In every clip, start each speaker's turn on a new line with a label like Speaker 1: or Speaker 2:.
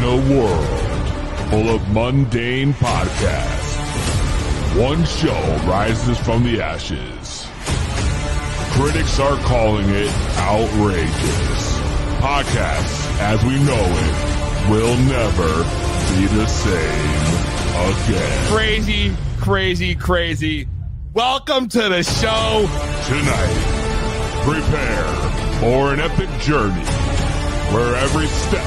Speaker 1: a world full of mundane podcasts, one show rises from the ashes. Critics are calling it outrageous. Podcasts as we know it will never be the same again.
Speaker 2: Crazy, crazy, crazy. Welcome to the show.
Speaker 1: Tonight, prepare for an epic journey where every step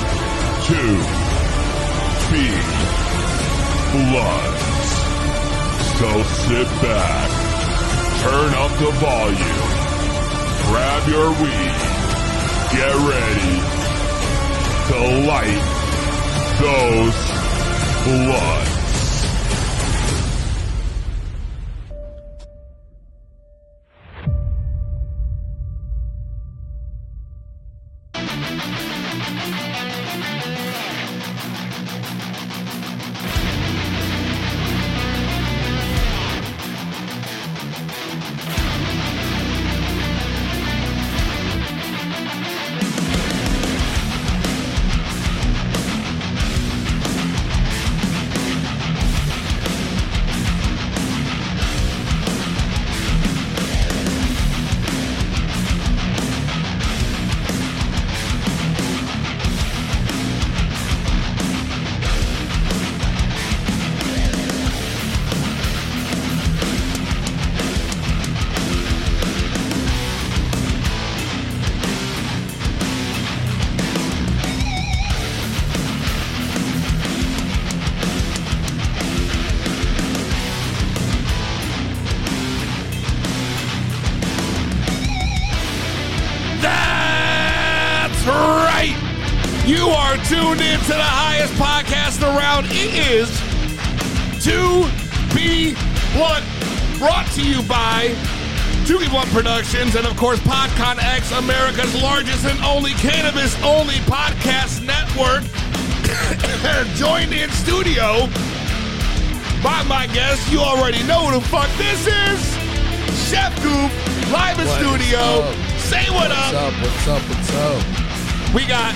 Speaker 1: to be bloods. So sit back, turn up the volume, grab your weed, get ready to light those bloods.
Speaker 2: That's right. You are tuned in to the highest podcast around. It is To Be Blunt, brought to you by To Be Blunt Productions and, of course, PodCon X, America's largest and only cannabis only podcast network. Joined in studio by my guest. You already know who the fuck this is. Chef Goop, live in
Speaker 3: What is
Speaker 2: studio.
Speaker 3: up?
Speaker 2: Say what
Speaker 3: What's up? What's up? What's up?
Speaker 2: we got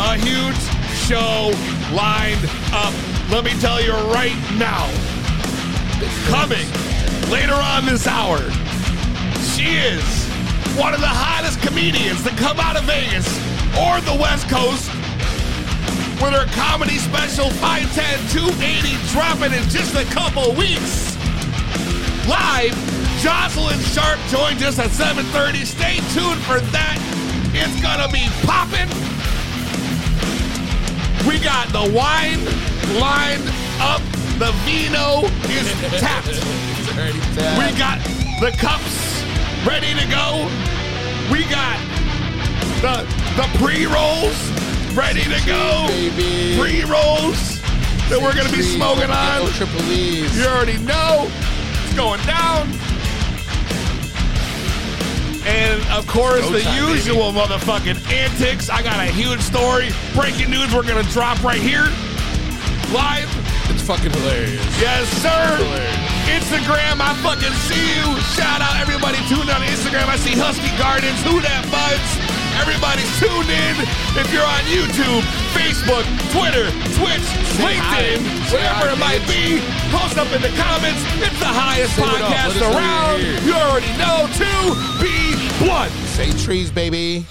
Speaker 2: a huge show lined up. Let me tell you right now. Coming later on this hour, she is one of the hottest comedians to come out of Vegas or the West Coast with her comedy special 510 280 dropping in just a couple weeks live. Jocelyn Sharp joins us at 7:30. Stay tuned for that. It's gonna be popping. We got the wine lined up. The vino is tapped.
Speaker 3: It's already tapped.
Speaker 2: We got the cups ready to go. We got the the pre rolls ready to go.
Speaker 3: baby.
Speaker 2: Pre rolls that we're gonna be
Speaker 3: Trees,
Speaker 2: smoking on.
Speaker 3: little Triple E's.
Speaker 2: You already know it's going down. And of course,
Speaker 3: Go
Speaker 2: the
Speaker 3: time,
Speaker 2: usual motherfucking antics. I got a huge story. Breaking news we're going to drop right here. Live.
Speaker 3: It's fucking hilarious.
Speaker 2: Yes, sir.
Speaker 3: Hilarious.
Speaker 2: Instagram, I fucking see you. Shout out everybody tuned on Instagram. I see Husky Gardens, Who That Buds. Everybody's tuned in. If you're on YouTube, Facebook, Twitter, Twitch,
Speaker 3: Say hi.
Speaker 2: LinkedIn,
Speaker 3: Say
Speaker 2: wherever
Speaker 3: hi,
Speaker 2: it might be, post up in the comments. It's the highest
Speaker 3: Save it up.
Speaker 2: podcast
Speaker 3: Let us know
Speaker 2: around.
Speaker 3: you're here.
Speaker 2: You already know. To be blunt.
Speaker 3: Say trees, baby.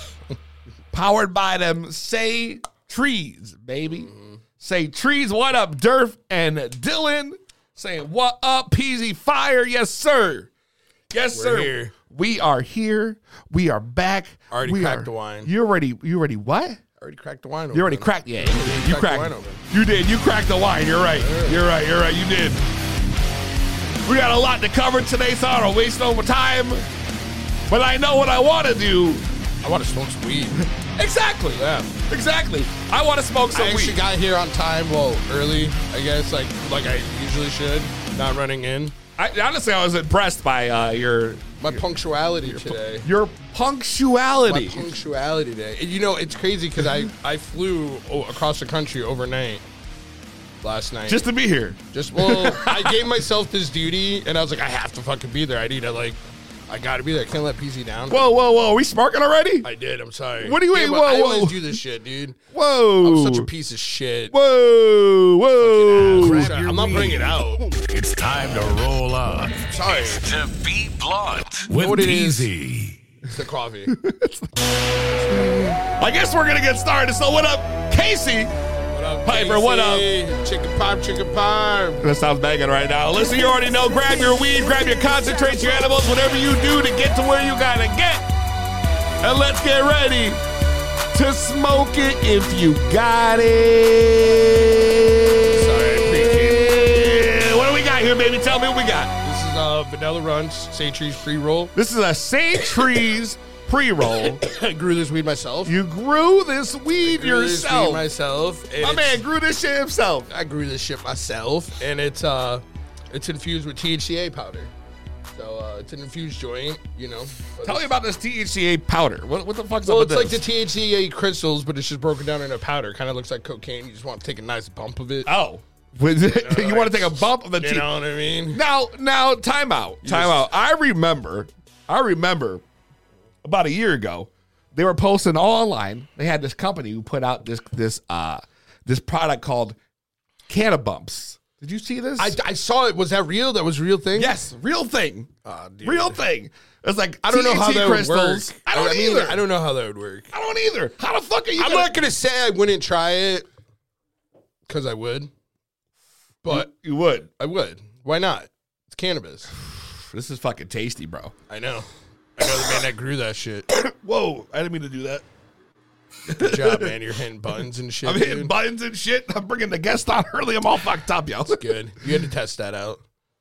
Speaker 2: Powered by them. Say trees, baby. Say trees. What up, Durf and Dylan? Saying what up, Peasy Fire? Yes, sir. Yes,
Speaker 4: We're
Speaker 2: sir.
Speaker 4: here.
Speaker 2: We are here. We are back.
Speaker 4: Already
Speaker 2: We
Speaker 4: cracked
Speaker 2: are-
Speaker 4: the wine.
Speaker 2: You already. You already what?
Speaker 4: already cracked the wine.
Speaker 2: You already cracked. Yeah, you did. You
Speaker 4: Cracked the
Speaker 2: cracked.
Speaker 4: wine open.
Speaker 2: You did. You cracked the wine. You're right. You're right. You're right. You did. We got a lot to cover today, so I don't waste no more time. But I know what I want to do.
Speaker 4: I want to smoke some weed.
Speaker 2: Exactly.
Speaker 3: Yeah.
Speaker 2: Exactly. I want to smoke some
Speaker 3: I actually
Speaker 2: weed.
Speaker 3: got here on time. Well, early, I guess. Like like I usually should. Not running in.
Speaker 2: I, honestly, I was impressed by uh, your
Speaker 3: My punctuality today.
Speaker 2: your
Speaker 3: My
Speaker 2: punctuality.
Speaker 3: punctuality today. And you know, it's crazy because I I flew o- across the country overnight last night.
Speaker 2: Just to be here.
Speaker 3: Just well, I gave myself this duty, and I was like, I have to fucking be there. I need to like, I got to be there. I can't let PZ down.
Speaker 2: Whoa, whoa, whoa. Are we smoking already?
Speaker 3: I did. I'm sorry.
Speaker 2: What do you
Speaker 3: Yeah,
Speaker 2: mean?
Speaker 3: but
Speaker 2: Whoa,
Speaker 3: I
Speaker 2: whoa.
Speaker 3: always do this shit, dude.
Speaker 2: Whoa.
Speaker 3: I'm such a piece of shit.
Speaker 2: Whoa, whoa.
Speaker 3: I'm sorry. I'm not bringing it out.
Speaker 4: It's time to roll up.
Speaker 3: Sorry,
Speaker 4: To be blunt with
Speaker 3: what it is.
Speaker 4: Peasy.
Speaker 3: it's the coffee.
Speaker 2: I guess we're going to get started. So, what up, Casey? Piper, what up?
Speaker 3: Casey? Chicken pop, chicken pop.
Speaker 2: That sounds banging right now. Listen, you already know. Grab your weed, grab your concentrates, your edibles, whatever you do to get to where you gotta get. And let's get ready to smoke it if you got it.
Speaker 3: Sorry,
Speaker 2: Yeah, What do we got here, baby? Tell me what we got.
Speaker 3: This is uh, vanilla runs, say trees free roll.
Speaker 2: This is a Say Trees pre-roll.
Speaker 3: I grew this weed myself.
Speaker 2: You grew this weed
Speaker 3: Grew this weed
Speaker 2: yourself.
Speaker 3: myself. and
Speaker 2: My
Speaker 3: it's-
Speaker 2: man grew this shit himself.
Speaker 3: I grew this shit myself, and it's uh, it's infused with THCA powder. So uh, it's an infused joint, you know. but
Speaker 2: Tell me
Speaker 3: it's-
Speaker 2: about this THCA powder. What, what the fuck's
Speaker 3: Well,
Speaker 2: up
Speaker 3: it's
Speaker 2: with
Speaker 3: like
Speaker 2: this?
Speaker 3: the THCA crystals, but it's just broken down into powder. Kind of looks like cocaine. You just want to take a nice bump of it.
Speaker 2: oh, you want to take a bump of the
Speaker 3: you
Speaker 2: T?
Speaker 3: know what I mean?
Speaker 2: Now, now, time out, time out. I remember, I remember, about a year ago, they were posting online. They had this company who put out this this uh this product called Cannabumps. Did you see this?
Speaker 3: I, I saw it. Was that real? That was a real thing.
Speaker 2: yes, real thing,
Speaker 3: Aw, dude.
Speaker 2: Uh, real thing. It's like
Speaker 3: I don't know how
Speaker 2: THC
Speaker 3: that
Speaker 2: crystals.
Speaker 3: would work.
Speaker 2: I don't
Speaker 3: mean,
Speaker 2: either.
Speaker 3: I don't know how that would work.
Speaker 2: I don't either. How the fuck are you?
Speaker 3: I'm
Speaker 2: gonna-
Speaker 3: not gonna say I wouldn't try it because I would, but
Speaker 2: You would.
Speaker 3: I would. Why not? It's cannabis.
Speaker 2: This is fucking tasty, bro.
Speaker 3: I know. I know the man that grew that shit.
Speaker 2: Whoa! I didn't mean to do that.
Speaker 3: Good job, man. You're hitting buttons and shit.
Speaker 2: I'm
Speaker 3: dude.
Speaker 2: hitting buttons and shit. I'm bringing the guest on early. I'm all fucked up, yo.
Speaker 3: Good. You had to test that out.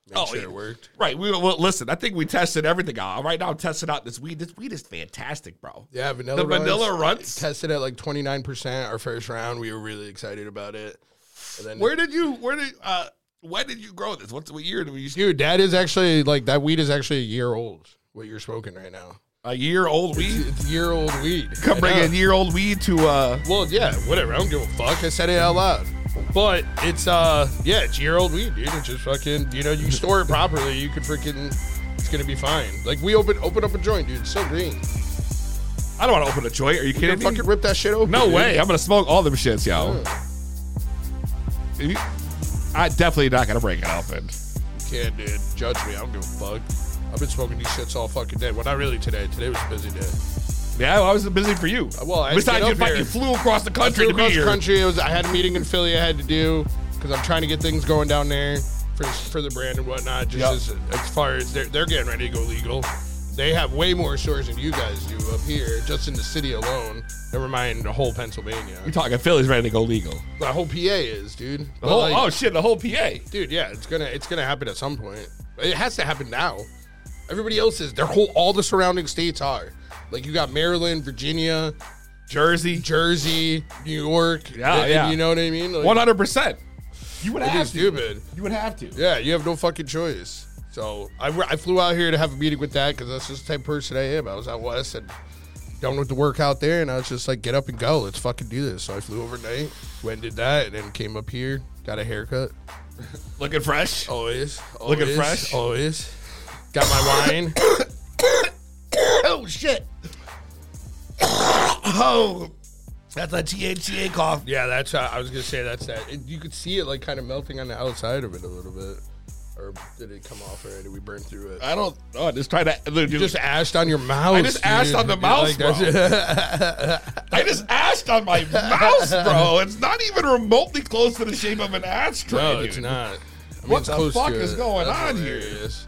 Speaker 3: Make
Speaker 2: Oh,
Speaker 3: sure
Speaker 2: yeah.
Speaker 3: it worked.
Speaker 2: Right. We well, listen. I think we tested everything out. Right now, I'm testing out this weed. This weed is fantastic, bro.
Speaker 3: Yeah, vanilla.
Speaker 2: The
Speaker 3: runs.
Speaker 2: vanilla runs.
Speaker 3: tested at like 29 percent our first round. We were really excited about it. And then,
Speaker 2: Where did you? Where did? uh When did you grow this? What's what year did we? Use?
Speaker 3: dude, that is actually like that weed is actually a year old. What you're smoking right now?
Speaker 2: A year old weed.
Speaker 3: It's year old weed.
Speaker 2: Come
Speaker 3: I
Speaker 2: bring
Speaker 3: know.
Speaker 2: in year old weed to. uh
Speaker 3: Well, yeah, whatever. I don't give a fuck. I said it out loud. But it's uh, yeah, it's year old weed, dude. It's just fucking, you know, you store it properly, you could freaking, it's gonna be fine. Like we open open up a joint, dude. It's so green.
Speaker 2: I don't want to open a joint. Are you
Speaker 3: You
Speaker 2: kidding
Speaker 3: can
Speaker 2: me?
Speaker 3: fucking rip that shit open.
Speaker 2: no
Speaker 3: dude.
Speaker 2: way. I'm gonna smoke all them shits, yo. You- I definitely not gonna break it open.
Speaker 3: can, dude. Judge me. I don't give a fuck. I've been smoking these shits all fucking day. Well, not really today. Today was a busy day.
Speaker 2: Yeah, well, I was busy for you.
Speaker 3: Well, I had to
Speaker 2: besides
Speaker 3: get
Speaker 2: you
Speaker 3: up
Speaker 2: fucking
Speaker 3: here.
Speaker 2: flew across the country
Speaker 3: Flew
Speaker 2: to be
Speaker 3: across the
Speaker 2: here.
Speaker 3: country. It was, I had a meeting in Philly I had to do because I'm trying to get things going down there for, for the brand and whatnot. Just
Speaker 2: Yep.
Speaker 3: as, as far as they're, they're getting ready to go legal. They have way more stores than you guys do up here, just in the city alone. Never mind the whole Pennsylvania.
Speaker 2: You're talking Philly's ready to go legal.
Speaker 3: The whole PA is, dude.
Speaker 2: The
Speaker 3: But,
Speaker 2: whole,
Speaker 3: like,
Speaker 2: oh shit, the whole PA.
Speaker 3: dude yeah it's gonna it's gonna happen at some point it has to happen now everybody else is their whole all the surrounding states are like you got maryland virginia
Speaker 2: Jersey.
Speaker 3: jersey new york
Speaker 2: Yeah,
Speaker 3: and- and
Speaker 2: yeah.
Speaker 3: you know what i mean like,
Speaker 2: One hundred percent. You would
Speaker 3: it
Speaker 2: have
Speaker 3: is
Speaker 2: to.
Speaker 3: stupid
Speaker 2: You would have to.
Speaker 3: yeah you have no fucking choice so I, I flew out here to have a meeting with that because that's just the type of person i am i was out west and done with the work out there and i was just like get up and go let's fucking do this so i flew overnight went and did that and then came up here got a haircut
Speaker 2: Looking fresh.
Speaker 3: Always. always
Speaker 2: Looking fresh?
Speaker 3: Always. Got my wine.
Speaker 2: Oh shit. oh, that's a THCA cough.
Speaker 3: yeah, that's. uh, I was gonna say that's that. It, you could see it like kind of melting on the outside of it a little bit, or did it come off already? We burned through it.
Speaker 2: I don't. Oh, I just tried to. Dude,
Speaker 3: just ashed on your mouth.
Speaker 2: I just ashed on the mouth, I just ashed on my mouse, bro. It's not even remotely close to the shape of an ashtray.
Speaker 3: no, it's
Speaker 2: dude.
Speaker 3: not. I mean,
Speaker 2: What
Speaker 3: it's
Speaker 2: the
Speaker 3: close
Speaker 2: fuck
Speaker 3: to
Speaker 2: is
Speaker 3: it.
Speaker 2: going
Speaker 3: That's
Speaker 2: on here?
Speaker 3: hilarious.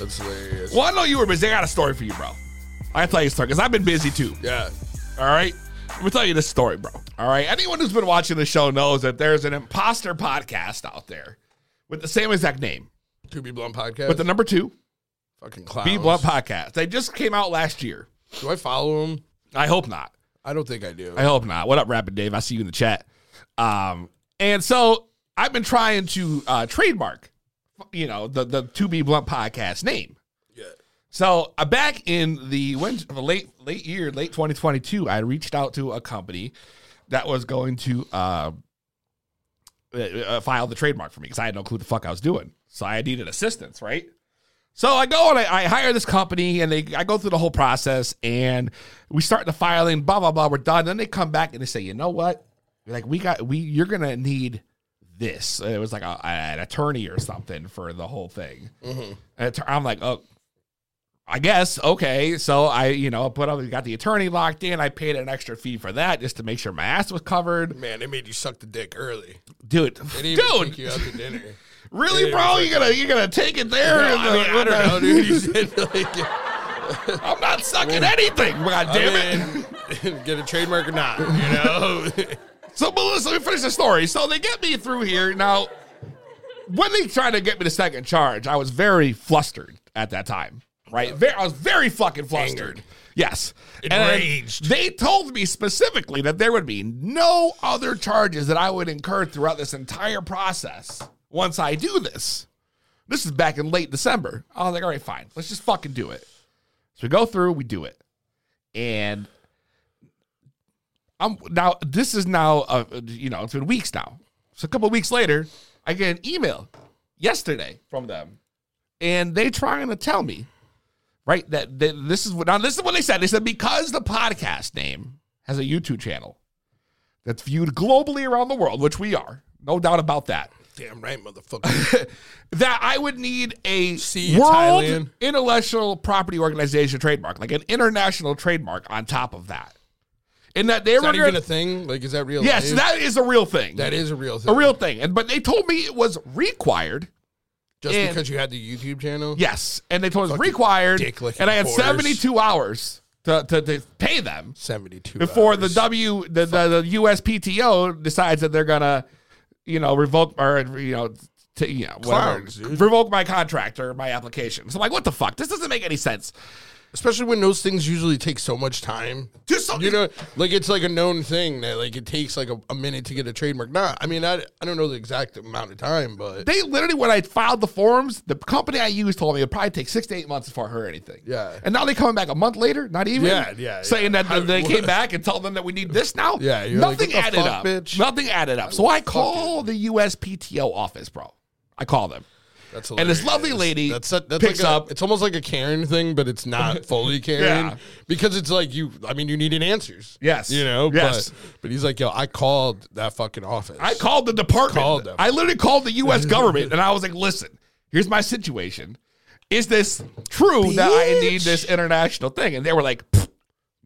Speaker 3: That's hilarious.
Speaker 2: Well, I know you were busy. I got a story for you, bro. I gotta tell you a story because I've been busy too.
Speaker 3: Yeah.
Speaker 2: All right. Let me tell you this story, bro. All right. Anyone who's been watching the show knows that there's an imposter podcast out there with the same exact name,
Speaker 3: To be blunt podcast.
Speaker 2: but the number two,
Speaker 3: fucking clowns.
Speaker 2: Be Blunt Podcast. They just came out last year.
Speaker 3: Do I follow him?
Speaker 2: I hope not.
Speaker 3: I don't think I do.
Speaker 2: I hope not. What up, Rapid Dave? I see you in the chat. Um, and so I've been trying to uh, trademark, you know, the the To Be Blunt podcast name.
Speaker 3: yeah.
Speaker 2: So uh, back in the when the late late year, late 2022, I reached out to a company that was going to uh, uh, uh, file the trademark for me because I had no clue what the fuck I was doing. So I needed assistance, right? So I go and I, I hire this company, and they I go through the whole process, and we start the filing, blah blah blah. We're done. Then they come back and they say, you know what? Like we got we you're gonna need this. And it was like a, an attorney or something for the whole thing. And it- I'm like, oh, I guess okay. So I, you know, put up, got the attorney locked in. I paid an extra fee for that just to make sure my ass was covered,
Speaker 3: Man, they made you suck the dick early.
Speaker 2: dude.
Speaker 3: They
Speaker 2: Dude,
Speaker 3: didn't even take you out to dinner.
Speaker 2: really, bro? You gonna you gonna take it there?
Speaker 3: I,
Speaker 2: in the-
Speaker 3: mean, I
Speaker 2: what
Speaker 3: don't know,
Speaker 2: the-
Speaker 3: dude. You said like,
Speaker 2: I'm not sucking anything. God damn it.
Speaker 3: I mean, get a trademark or not, you know?
Speaker 2: So, but let's- let me finish the story. So they get me through here. Now, when they tried to get me the second charge, I was very flustered at that time, right? Ve- I was very fucking flustered. Yes. And then
Speaker 3: Enraged.
Speaker 2: they told me specifically that there would be no other charges that I would incur throughout this entire process once I do this. This is back in late December. I was like, all right, fine. Let's just fucking do it. So we go through, we do it. And I'm now. This is now. Uh, you know, it's been weeks now. So a couple of weeks later, I get an email yesterday from them, and they trying to tell me, right, that, that this is what now. This is what they said. They said because the podcast name has a YouTube channel that's viewed globally around the world, which we are, no doubt about that.
Speaker 3: Damn right, motherfucker.
Speaker 2: That I would need a
Speaker 3: See you,
Speaker 2: world
Speaker 3: Thailand.
Speaker 2: intellectual property organization trademark, like an international trademark on top of that, and that they
Speaker 3: Is
Speaker 2: were
Speaker 3: that even
Speaker 2: gonna.
Speaker 3: a thing? Like, is that real?
Speaker 2: Yes,
Speaker 3: life?
Speaker 2: that is a real thing.
Speaker 3: that is a real thing.
Speaker 2: a real thing. And but they told me it was required.
Speaker 3: Just
Speaker 2: and-
Speaker 3: because you had the YouTube channel?
Speaker 2: Yes, and they told us required.
Speaker 3: dick-licking
Speaker 2: And I had
Speaker 3: whores.
Speaker 2: seventy two hours to, to to pay them
Speaker 3: 72.
Speaker 2: before the
Speaker 3: hours.
Speaker 2: W the, the the USPTO decides that they're gonna you know revoke or you know. To, you know, whatever,
Speaker 3: Clowns, dude.
Speaker 2: revoke my contract or my application. So I'm like, what the fuck? This doesn't make any sense.
Speaker 3: Especially when those things usually take so much time.
Speaker 2: Just so-
Speaker 3: You know, like it's like a known thing that like it takes like a, a minute to get a trademark. Nah, I mean, I, I don't know the exact amount of time, but
Speaker 2: they literally when I filed the forms, the company I used told me it'd probably take six to eight months before I heard anything.
Speaker 3: Yeah.
Speaker 2: And now they coming back a month later, not even.
Speaker 3: Yeah, yeah,
Speaker 2: Saying
Speaker 3: yeah.
Speaker 2: that they came back and told them that we need this now.
Speaker 3: Yeah, you're like,
Speaker 2: nothing
Speaker 3: what the
Speaker 2: added
Speaker 3: fuck,
Speaker 2: up.
Speaker 3: bitch?
Speaker 2: Nothing added up. So I call the USPTO office, bro. I call them.
Speaker 3: that's
Speaker 2: and this
Speaker 3: hilarious.
Speaker 2: lovely lady
Speaker 3: that's, that's
Speaker 2: picks
Speaker 3: like a,
Speaker 2: up-
Speaker 3: It's almost like a Karen thing, but it's not fully Karen
Speaker 2: Yeah.
Speaker 3: because it's like you. I mean, you needed answers.
Speaker 2: Yes.
Speaker 3: you know.
Speaker 2: Yes.
Speaker 3: But, but he's like, yo, I called that fucking office.
Speaker 2: I called the department.
Speaker 3: Called them.
Speaker 2: I literally called the U.S. government, and I was like, "Listen, here's my situation. Is this true that I need this international thing?" And they were like, "Pfft,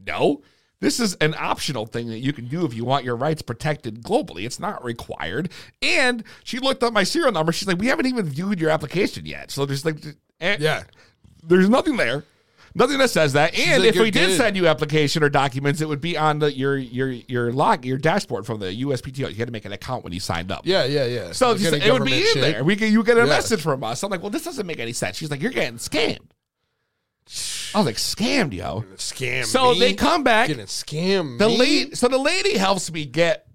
Speaker 2: "No, this is an optional thing that you can do if you want your rights protected globally. It's not required." And she looked up my serial number. She's like, "We haven't even viewed your application yet, so there's like, eh,
Speaker 3: Yeah.
Speaker 2: there's nothing there." Nothing that says that. And
Speaker 3: like,
Speaker 2: if we
Speaker 3: "You're
Speaker 2: did
Speaker 3: good."
Speaker 2: send you application or documents, it would be on the, your your your log your dashboard from the USPTO. You had to make an account when you signed up.
Speaker 3: Yeah, yeah, yeah.
Speaker 2: So
Speaker 3: Like
Speaker 2: she
Speaker 3: any
Speaker 2: said, it would be in
Speaker 3: government shit.
Speaker 2: there. We can, you get a
Speaker 3: Yeah.
Speaker 2: message from us. I'm like, well, this doesn't make any sense. She's like, you're getting scammed. I was like, scammed, yo.
Speaker 3: Scam.
Speaker 2: So
Speaker 3: me.
Speaker 2: they come back.
Speaker 3: Fucking scam.
Speaker 2: The
Speaker 3: me?
Speaker 2: lady, so the lady helps me get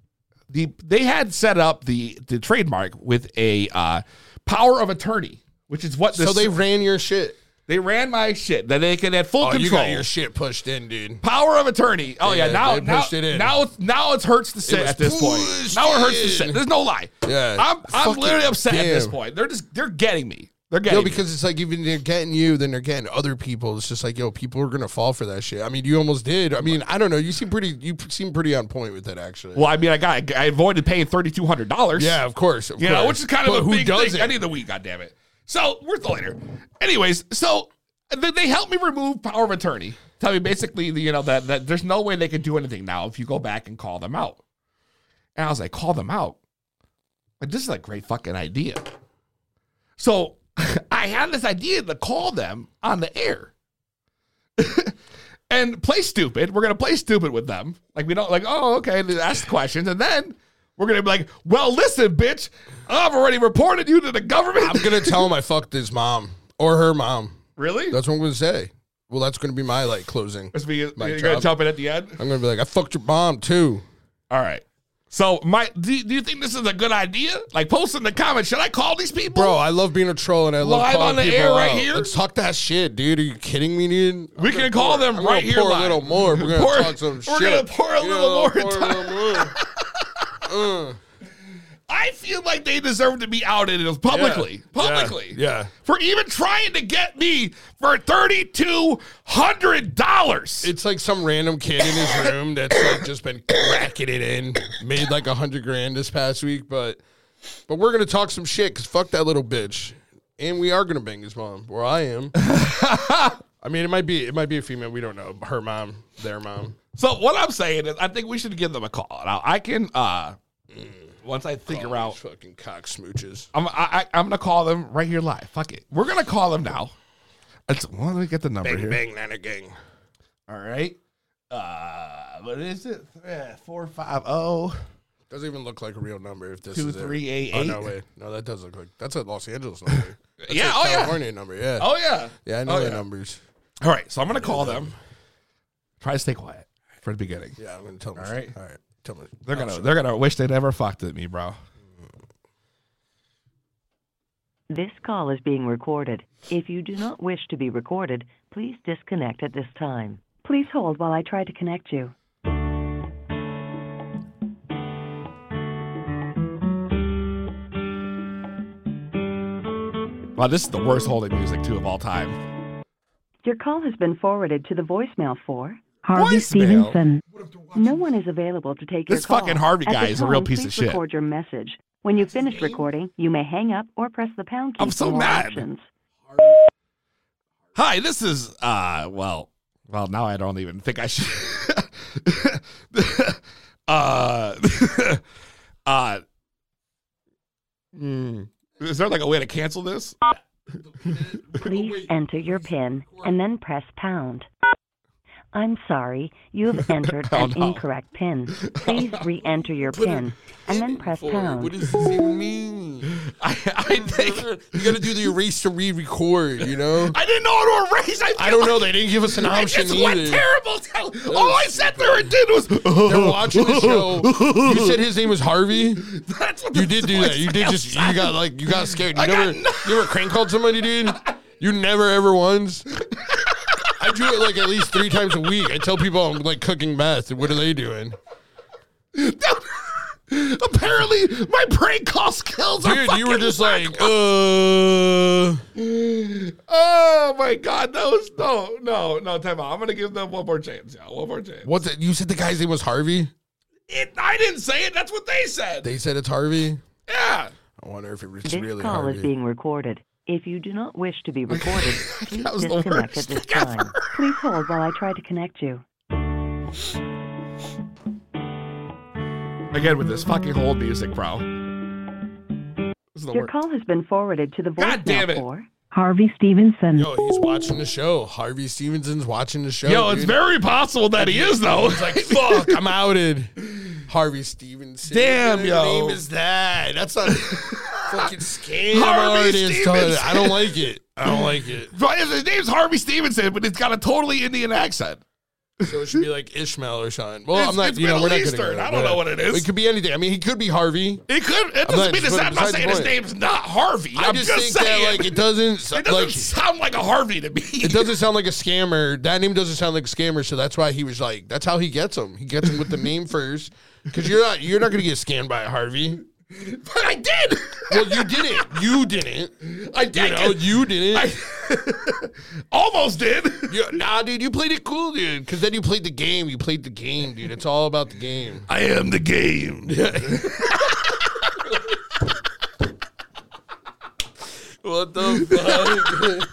Speaker 2: the. They had set up the the trademark with a uh, power of attorney, which is what this,
Speaker 3: So they ran your shit.
Speaker 2: they ran my shit that they could have full
Speaker 3: Oh,
Speaker 2: control.
Speaker 3: you got your shit pushed in, dude.
Speaker 2: Power of attorney. Oh yeah,
Speaker 3: Yeah,
Speaker 2: now
Speaker 3: they
Speaker 2: now
Speaker 3: pushed it in.
Speaker 2: now it's, now it hurts to sit
Speaker 3: was
Speaker 2: at this point.
Speaker 3: pushed
Speaker 2: Now it hurts to sit.
Speaker 3: in.
Speaker 2: There's no lie.
Speaker 3: Yeah.
Speaker 2: I'm I'm
Speaker 3: Fucking
Speaker 2: literally upset at this
Speaker 3: damn.
Speaker 2: point. They're just they're getting me. They're getting
Speaker 3: No,
Speaker 2: me.
Speaker 3: because it's like even they're getting you, then they're getting other people. It's just like, yo, people are gonna fall for that shit. I mean, you almost did. I mean, I don't know. You seem pretty. You p- seem pretty on point with it, actually.
Speaker 2: Well, I mean, I got I avoided paying thirty two hundred dollars.
Speaker 3: yeah, of course. Of
Speaker 2: you
Speaker 3: course.
Speaker 2: know, which is kind of
Speaker 3: But
Speaker 2: a
Speaker 3: who
Speaker 2: big
Speaker 3: does
Speaker 2: thing.
Speaker 3: It?
Speaker 2: I need the week, goddamn it. So we're the later. Anyways, so th- they helped me remove power of attorney. Tell me basically, you know that that there's no way they could do anything now if you go back and call them out. And I was like, call them out. Like, this is a great fucking idea. So I had this idea to call them on the air and play stupid. We're gonna play stupid with them. Like we don't like, oh, okay, and ask the questions, and then we're gonna be like, well, listen, bitch, I've already reported you to the government.
Speaker 3: I'm gonna tell him I fucked his mom or her mom.
Speaker 2: really?
Speaker 3: That's what I'm gonna say. Well, that's going to be my like closing.
Speaker 2: Let's be, you're
Speaker 3: Mic
Speaker 2: going to
Speaker 3: drop.
Speaker 2: top it at the end?
Speaker 3: I'm going to be like, I fucked your mom too.
Speaker 2: All right. So, Mike, do, do you think this is a good idea? Like, post in the comments. Should I call these people?
Speaker 3: Bro, I love being a troll and I love
Speaker 2: Live
Speaker 3: calling
Speaker 2: on the
Speaker 3: people
Speaker 2: air right
Speaker 3: out.
Speaker 2: here?
Speaker 3: Let's talk that shit, dude. Are you kidding me, dude?
Speaker 2: we can call them
Speaker 3: I'm
Speaker 2: right
Speaker 3: gonna
Speaker 2: here.
Speaker 3: Pour
Speaker 2: live.
Speaker 3: a little more. We're gonna
Speaker 2: Pour-
Speaker 3: talk some
Speaker 2: we're
Speaker 3: shit.
Speaker 2: gonna pour a
Speaker 3: You
Speaker 2: little
Speaker 3: know,
Speaker 2: more
Speaker 3: pour a little more.
Speaker 2: I feel like they deserve to be outed publicly. Publicly.
Speaker 3: Yeah.
Speaker 2: For even trying to get me for $3,200.
Speaker 3: It's like some random kid in his room that's like just been cracking it in, made like a hundred grand this past week, but but we're gonna talk some shit because fuck that little bitch, and we are gonna bang his mom, or I am. I mean, it might be it might be a female, we don't know. Her mom, their mom.
Speaker 2: So, what I'm saying is, I think we should give them a call. Now, I can, uh once I figure
Speaker 3: These
Speaker 2: out,
Speaker 3: fucking cock smooches.
Speaker 2: I'm, I, I, I'm going to call them right here live. Fuck it. We're going to call them now. It's, well, let me get the number
Speaker 3: Bang
Speaker 2: here.
Speaker 3: bang nana gang.
Speaker 2: All right. Uh, what is it? Eh, 450.
Speaker 3: Doesn't even look like a real number if this
Speaker 2: Two,
Speaker 3: is it.
Speaker 2: three, eight,
Speaker 3: Oh
Speaker 2: eight.
Speaker 3: no wait, no that does look like that's a Los Angeles number. That's
Speaker 2: Yeah,
Speaker 3: a
Speaker 2: oh, yeah.
Speaker 3: California number. Yeah,
Speaker 2: Oh, yeah.
Speaker 3: yeah, I know
Speaker 2: Oh,
Speaker 3: their
Speaker 2: yeah.
Speaker 3: numbers.
Speaker 2: All right. So, I'm going to call them. Try to stay quiet for the beginning.
Speaker 3: Yeah, Oh, I'm gonna tell them.
Speaker 2: All right.
Speaker 3: all right, tell me.
Speaker 2: They're gonna they're gonna wish they never fucked at me, bro.
Speaker 5: This call is being recorded. If you do not wish to be recorded, please disconnect at this time. Please hold while I try to connect you.
Speaker 2: Wow, this is the worst holding music too of all time.
Speaker 5: Your call has been forwarded to the voicemail for Harvey
Speaker 2: Voicemail?
Speaker 5: Stevenson. No one is available to take
Speaker 2: This
Speaker 5: your call.
Speaker 2: fucking Harvey
Speaker 5: At
Speaker 2: guy
Speaker 5: the
Speaker 2: is a real
Speaker 5: tone,
Speaker 2: piece of
Speaker 5: please
Speaker 2: shit.
Speaker 5: record your message. When you finish recording, you may hang up or press the pound key
Speaker 2: I'm so
Speaker 5: for more
Speaker 2: mad.
Speaker 5: options.
Speaker 2: Hi, this is uh well well now I don't even think I should uh uh mm, is there like a way to cancel this?
Speaker 5: Please enter your PIN and then press pound. I'm sorry, you have entered
Speaker 2: Oh,
Speaker 5: an
Speaker 2: no.
Speaker 5: incorrect PIN. Please re-enter your PIN and then press pound.
Speaker 3: What does this even mean?
Speaker 2: I, I think
Speaker 3: You gotta do the erase to re-record. You know.
Speaker 2: I didn't know how to erase. I,
Speaker 3: I don't know. They didn't give us an
Speaker 2: I
Speaker 3: option
Speaker 2: just went
Speaker 3: either.
Speaker 2: terrible. All I sat there and did was
Speaker 3: They're watching the show. You said his name was Harvey.
Speaker 2: That's what
Speaker 3: You
Speaker 2: the
Speaker 3: did do that. You did
Speaker 2: voicemail
Speaker 3: just. You
Speaker 2: said.
Speaker 3: got like. You got scared. You
Speaker 2: I got
Speaker 3: never.
Speaker 2: no-
Speaker 3: You ever crank called somebody, dude? You never ever once. I do it like at least three times a week. I tell people I'm like cooking meth. What are they doing?
Speaker 2: Apparently, my prank call skills are
Speaker 3: Dude, you were
Speaker 2: fucking
Speaker 3: just
Speaker 2: whack.
Speaker 3: like, uh.
Speaker 2: oh my god, that was no, no, no. Time out. I'm gonna give them one more chance. Yeah, one more chance.
Speaker 3: What's it? You said the guy's name was Harvey?
Speaker 2: It, I didn't say it. That's what they said.
Speaker 3: They said it's Harvey?
Speaker 2: yeah.
Speaker 3: I wonder if it was
Speaker 5: This
Speaker 3: really
Speaker 5: call
Speaker 3: Harvey.
Speaker 5: is being recorded. If you do not wish to be recorded, please
Speaker 2: was the
Speaker 5: disconnect at
Speaker 2: worst
Speaker 5: this
Speaker 2: thing
Speaker 5: time. Please hold while I try to connect you.
Speaker 2: Again with this fucking hold music, bro. This is the
Speaker 5: Your
Speaker 2: worst.
Speaker 5: call has been forwarded to the
Speaker 2: God damn
Speaker 5: voicemail
Speaker 2: it.
Speaker 5: for Harvey Stevenson.
Speaker 3: Yo, he's watching the show. Harvey Stevenson's watching the show.
Speaker 2: Yo, it's
Speaker 3: dude.
Speaker 2: very possible that he is though. It's like fuck.
Speaker 3: I'm outed. Harvey Stevenson.
Speaker 2: Damn,
Speaker 3: What
Speaker 2: yo.
Speaker 3: name is that? That's a fucking scam
Speaker 2: Harvey
Speaker 3: artist.
Speaker 2: Stevenson.
Speaker 3: I don't like it. I don't like it.
Speaker 2: But his name's Harvey Stevenson, but it's got a totally Indian accent.
Speaker 3: So it should be like Ishmael or something. Well,
Speaker 2: It's-
Speaker 3: I'm not.
Speaker 2: it's
Speaker 3: you know,
Speaker 2: Middle
Speaker 3: we're not gonna
Speaker 2: Eastern.
Speaker 3: go
Speaker 2: I don't know what it is.
Speaker 3: It could be anything. I mean, he could be Harvey.
Speaker 2: It could. It
Speaker 3: I'm
Speaker 2: doesn't
Speaker 3: not-
Speaker 2: mean it's,
Speaker 3: but
Speaker 2: I'm not
Speaker 3: besides the
Speaker 2: saying his
Speaker 3: point.
Speaker 2: name's not Harvey.
Speaker 3: I
Speaker 2: I'm
Speaker 3: just,
Speaker 2: just,
Speaker 3: think
Speaker 2: saying.
Speaker 3: that like it doesn't.
Speaker 2: it doesn't
Speaker 3: like,
Speaker 2: sound like a Harvey to me.
Speaker 3: It doesn't sound like a scammer. That name doesn't sound like a scammer, so that's why he was like, that's how he gets them. He gets them with the name first, because you're not you're not gonna get scammed by Harvey.
Speaker 2: but I did.
Speaker 3: Well, you didn't. You didn't.
Speaker 2: I
Speaker 3: You
Speaker 2: did.
Speaker 3: know, you didn't.
Speaker 2: I almost did.
Speaker 3: You- nah, dude, you played it cool, dude. Because then you played the game. You played the game, dude. It's all about the game.
Speaker 2: I am the game.
Speaker 3: What the fuck?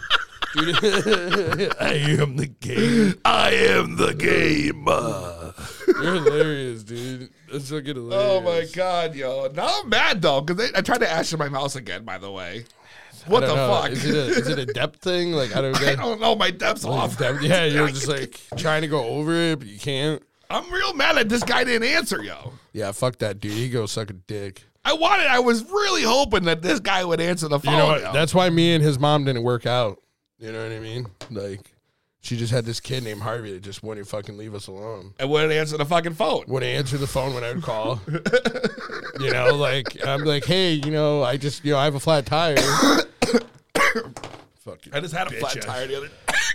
Speaker 2: I am the game. I am the game.
Speaker 3: You're hilarious, dude. That's fucking hilarious.
Speaker 2: Oh my god, yo! Now I'm mad though because I tried to ash in my mouse again. By the way, what the fuck?
Speaker 3: Is it, a, is it a depth thing? Like I don't
Speaker 2: I
Speaker 3: get.
Speaker 2: don't know. My depth's off.
Speaker 3: Depth- yeah, you're just like trying to go over it, but you can't.
Speaker 2: I'm real mad that this guy didn't answer, yo.
Speaker 3: Yeah, fuck that dude. He go suck a dick.
Speaker 2: I wanted. I was really hoping that this guy would answer the phone.
Speaker 3: You know what?
Speaker 2: yo.
Speaker 3: That's why me and his mom didn't work out. You know what I mean? Like She just had this kid named Harvey that just wouldn't fucking leave us alone.
Speaker 2: and wouldn't answer the fucking phone.
Speaker 3: Would answer the phone when I would call. you know, like I'm like, hey, you know, I just you know I have a flat tire. fucking,
Speaker 2: I just had a flat
Speaker 3: Bitch,
Speaker 2: tire
Speaker 3: I-
Speaker 2: the other,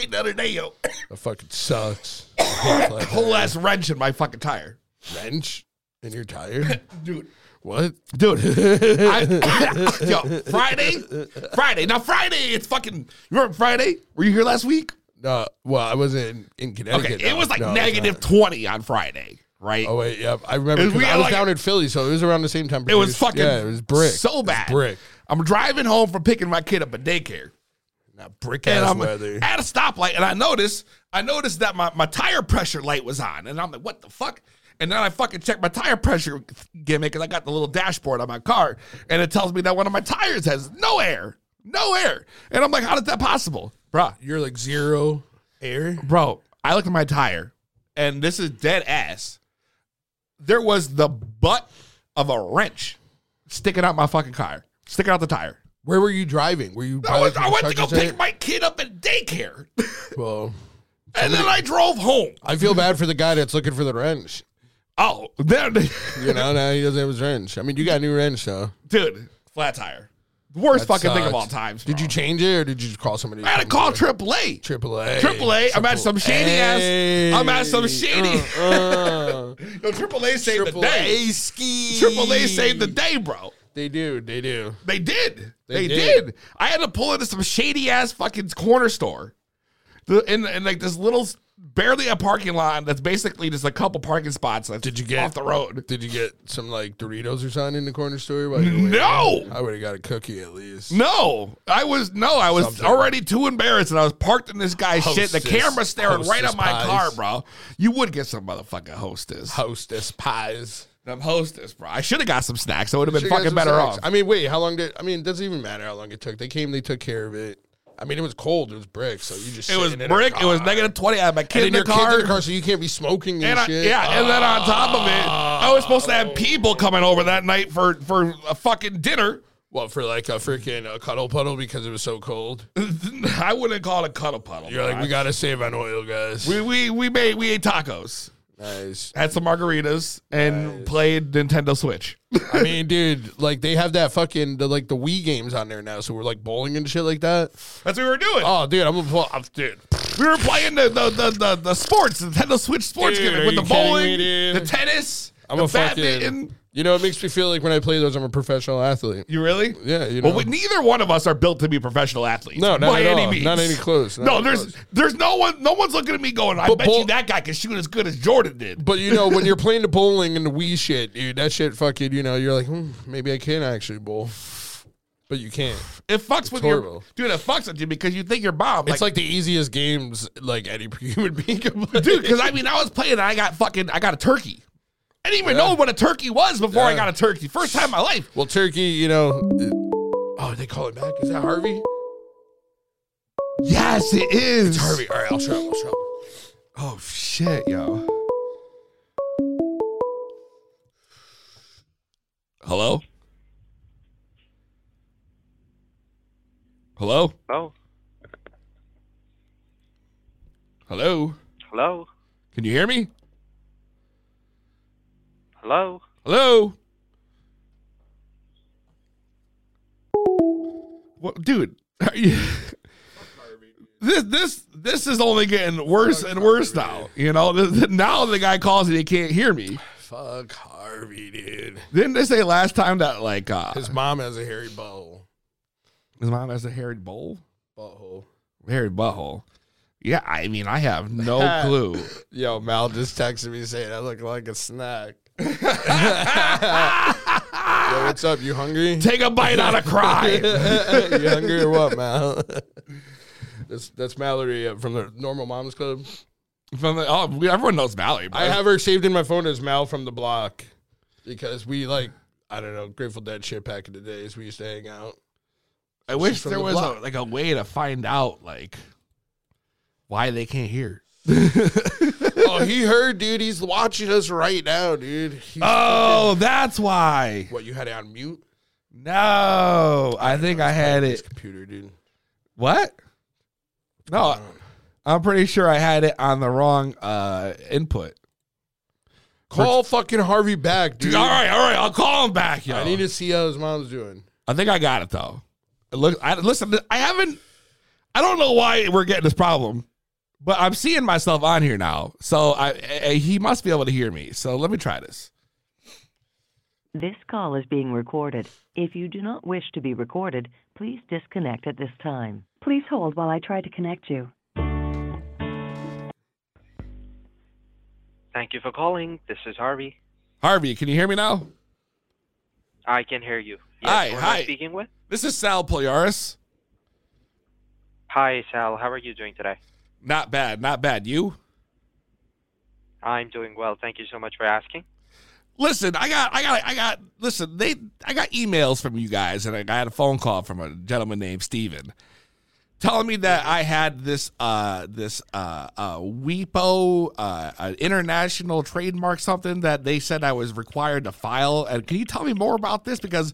Speaker 2: the other day, yo.
Speaker 3: that fucking sucks. I hate flat
Speaker 2: Whole
Speaker 3: tire.
Speaker 2: ass wrench in my fucking tire.
Speaker 3: wrench in your tire.
Speaker 2: Dude.
Speaker 3: What?
Speaker 2: Dude. I, yo, Friday? Friday. Now, Friday, it's fucking. You remember Friday? Were you here last week?
Speaker 3: No, well, I was in in Connecticut.
Speaker 2: Okay, it
Speaker 3: no.
Speaker 2: was like
Speaker 3: No, it's
Speaker 2: negative
Speaker 3: not.
Speaker 2: 20 on Friday, right?
Speaker 3: Oh wait, yep, I remember.
Speaker 2: It was-
Speaker 3: 'cause
Speaker 2: we
Speaker 3: I
Speaker 2: had
Speaker 3: was
Speaker 2: like-
Speaker 3: down in Philly, so it was around the same time.
Speaker 2: it was fucking
Speaker 3: Yeah, it was brick. It
Speaker 2: so
Speaker 3: was
Speaker 2: bad.
Speaker 3: brick.
Speaker 2: I'm driving home from picking my kid up at daycare.
Speaker 3: Not brick
Speaker 2: and
Speaker 3: ass
Speaker 2: I'm "Ah."
Speaker 3: weather.
Speaker 2: at a stoplight, and I noticed I noticed that my, my tire pressure light was on, and I'm like, what the fuck? And then I fucking check my tire pressure gimmick, and I got the little dashboard on my car, and it tells me that one of my tires has no air, no air, and I'm like, how is that possible, Bruh,
Speaker 3: You're like zero air.
Speaker 2: Bro, I looked at my tire, and this is dead ass. There was the butt of a wrench sticking out my fucking car, sticking out the tire.
Speaker 3: Where were you driving? Were you?
Speaker 2: I, was, I
Speaker 3: driving
Speaker 2: went
Speaker 3: from
Speaker 2: to go
Speaker 3: Chuck E.
Speaker 2: pick my kid up at daycare,
Speaker 3: Cheese? Well,
Speaker 2: and then I drove home.
Speaker 3: I feel bad for the guy that's looking for the wrench.
Speaker 2: Oh, there,
Speaker 3: You know, now he doesn't have his wrench. I mean, you got a new wrench though.
Speaker 2: dude, flat tire, worst
Speaker 3: That
Speaker 2: fucking thing of
Speaker 3: sucks.
Speaker 2: all times.
Speaker 3: Did you
Speaker 2: bro.
Speaker 3: change it or did you just call somebody?
Speaker 2: I had to call AAA.
Speaker 3: AAA.
Speaker 2: AAA. I'm at some shady
Speaker 3: Hey.
Speaker 2: ass. I'm at some shady.
Speaker 3: Uh, uh.
Speaker 2: Yo, AAA saved the day.
Speaker 3: AAA ski.
Speaker 2: AAA saved the day, bro.
Speaker 3: They do. They do.
Speaker 2: They did. They,
Speaker 3: They
Speaker 2: did.
Speaker 3: did.
Speaker 2: I had to pull into some shady ass fucking corner store, The- in in like this little s- barely a parking lot that's basically just a couple parking spots. That's
Speaker 3: Did you get-
Speaker 2: off the road?
Speaker 3: Did you get some like Doritos or something in the corner store? While you were waiting?
Speaker 2: No.
Speaker 3: I would have got a cookie at least.
Speaker 2: No, I was no, I was
Speaker 3: Something.
Speaker 2: already too embarrassed, and I was parked in this guy's shit. The
Speaker 3: Hostess.
Speaker 2: camera staring right at
Speaker 3: Hostess
Speaker 2: my
Speaker 3: pies.
Speaker 2: car, bro. You would get some motherfucking hostess.
Speaker 3: Hostess pies.
Speaker 2: I'm hostess, bro. I should have got some snacks. I would have been
Speaker 3: Should've got
Speaker 2: fucking
Speaker 3: some
Speaker 2: better
Speaker 3: snacks.
Speaker 2: off.
Speaker 3: I mean, wait, how long did? I mean, it doesn't even matter how long it took. They came, they took care of it. I mean, it was cold. It was brick, so you just
Speaker 2: it was
Speaker 3: sitting in a
Speaker 2: brick. It was
Speaker 3: car.
Speaker 2: negative twenty. I had my
Speaker 3: And
Speaker 2: kid
Speaker 3: then
Speaker 2: in
Speaker 3: your
Speaker 2: the
Speaker 3: kids in
Speaker 2: car.
Speaker 3: the car, so you can't be smoking and,
Speaker 2: And I,
Speaker 3: shit. Oh.
Speaker 2: yeah, and then on top of it, I was supposed to have people coming over that night for for a fucking dinner.
Speaker 3: what for like a freaking a cuddle puddle because it was so cold?
Speaker 2: I wouldn't call it a cuddle puddle.
Speaker 3: You're
Speaker 2: bro.
Speaker 3: like, we gotta save on oil, guys.
Speaker 2: we we we made we ate tacos,
Speaker 3: nice.
Speaker 2: had some margaritas, and played Nintendo Switch.
Speaker 3: I mean, dude, like they have that fucking the like the Wii games on there now, so we're like bowling and shit like that.
Speaker 2: That's what we were doing.
Speaker 3: Oh, dude, I'm gonna pull. I'm, dude,
Speaker 2: We were playing the the the, the, the sports, the Nintendo Switch sports
Speaker 3: Dude,
Speaker 2: gimmick
Speaker 3: are
Speaker 2: with
Speaker 3: you
Speaker 2: the
Speaker 3: kidding
Speaker 2: bowling,
Speaker 3: me, dude?
Speaker 2: the tennis,
Speaker 3: I'm
Speaker 2: the
Speaker 3: a fucking.
Speaker 2: badminton.
Speaker 3: You know, it makes me feel like when I play those, I'm a professional athlete.
Speaker 2: You really?
Speaker 3: Yeah, you
Speaker 2: Well,
Speaker 3: know.
Speaker 2: we, neither one of us are built to be professional athletes.
Speaker 3: No, not
Speaker 2: by
Speaker 3: at
Speaker 2: any
Speaker 3: all.
Speaker 2: means.
Speaker 3: Not any close. Not
Speaker 2: no,
Speaker 3: any
Speaker 2: there's
Speaker 3: close.
Speaker 2: there's no one. No one's looking at me going. I
Speaker 3: But
Speaker 2: bet
Speaker 3: bull-
Speaker 2: you that guy can shoot as good as Jordan did.
Speaker 3: But you know, when you're playing the bowling and the Wii shit, dude, that shit fucking, you know, you're like, hmm, maybe I can actually bowl. But you can't.
Speaker 2: it fucks with
Speaker 3: horrible.
Speaker 2: you, dude. It fucks with you because you think you're bomb.
Speaker 3: It's like the easiest games like any human being can play.
Speaker 2: dude. Because I mean, I was playing and I got fucking. I got a turkey. I didn't even
Speaker 3: Yeah.
Speaker 2: know what a turkey was before I
Speaker 3: Yeah.
Speaker 2: got a turkey. First time in my life.
Speaker 3: Well, Turkey, you know. it- oh, they call it back. Is that Harvey?
Speaker 2: Yes, it is.
Speaker 3: Harvey. All right, I'll try. I'll try.
Speaker 2: Oh shit, yo. Hello? Hello?
Speaker 6: Hello?
Speaker 2: Hello?
Speaker 6: Hello?
Speaker 2: Can you hear me?
Speaker 6: Hello?
Speaker 2: Hello? What dude, are you This this this is only getting worse and worse now. You know, This- now the guy calls and he can't hear me.
Speaker 3: Fuck Harvey, dude.
Speaker 2: Didn't they say last time that like uh,
Speaker 3: His mom has a hairy bowl.
Speaker 2: His mom has a hairy bowl?
Speaker 3: Butthole.
Speaker 2: Hairy butthole. Yeah, I mean, I have no clue.
Speaker 3: Yo, Mal just texted me saying I look like a snack. Yo, what's up? You hungry?
Speaker 2: Take a bite out of crime.
Speaker 3: you hungry or what, Mal? that's that's Mallory uh, from the Normal Moms Club.
Speaker 2: From the, oh, we- everyone knows Valley. Bro.
Speaker 3: I have her saved in my phone as Mal from the block because we like I don't know Grateful Dead shit back in the days. We used to hang out.
Speaker 2: I wish
Speaker 3: she's from
Speaker 2: there
Speaker 3: the
Speaker 2: was
Speaker 3: block.
Speaker 2: a, like a way to find out like why they can't hear.
Speaker 3: oh, he heard, dude. He's watching us right now, dude. He's
Speaker 2: Oh, that's why.
Speaker 3: fucking- what you had it on mute?
Speaker 2: No, I think I had
Speaker 3: His
Speaker 2: it.
Speaker 3: computer, dude. Uh,
Speaker 2: What? No, I'm pretty sure I had it on the wrong uh, input.
Speaker 3: Call fucking Harvey back, dude.
Speaker 2: Dude, all right, all right. I'll call him back, yo.
Speaker 3: I
Speaker 2: I,
Speaker 3: need to see how his mom's doing.
Speaker 2: think I got it though. It look, I, listen. I haven't. I don't know why we're getting this problem, but I'm seeing myself on here now. So I, I- he must be able to hear me. So let me try this.
Speaker 5: This call is being recorded. If you do not wish to be recorded, please disconnect at this time. Please hold while I try to connect you.
Speaker 7: Thank you for calling. This is Harvey.
Speaker 2: Harvey, can you hear me now?
Speaker 7: I can hear you.
Speaker 2: Hi,
Speaker 7: who am
Speaker 2: hi.
Speaker 7: I speaking with?
Speaker 2: This is Sal Poliaris.
Speaker 7: Hi, Sal. How are you doing today?
Speaker 2: Not bad, not bad. You?
Speaker 7: I'm doing well. Thank you so much for asking.
Speaker 2: Listen, I got, I got, I got. Listen, they, I got emails from you guys, and I got a phone call from a gentleman named Steven telling me that I had this, uh, this, uh, uh WIPO, uh, an international trademark something that they said I was required to file. And can you tell me more about this because?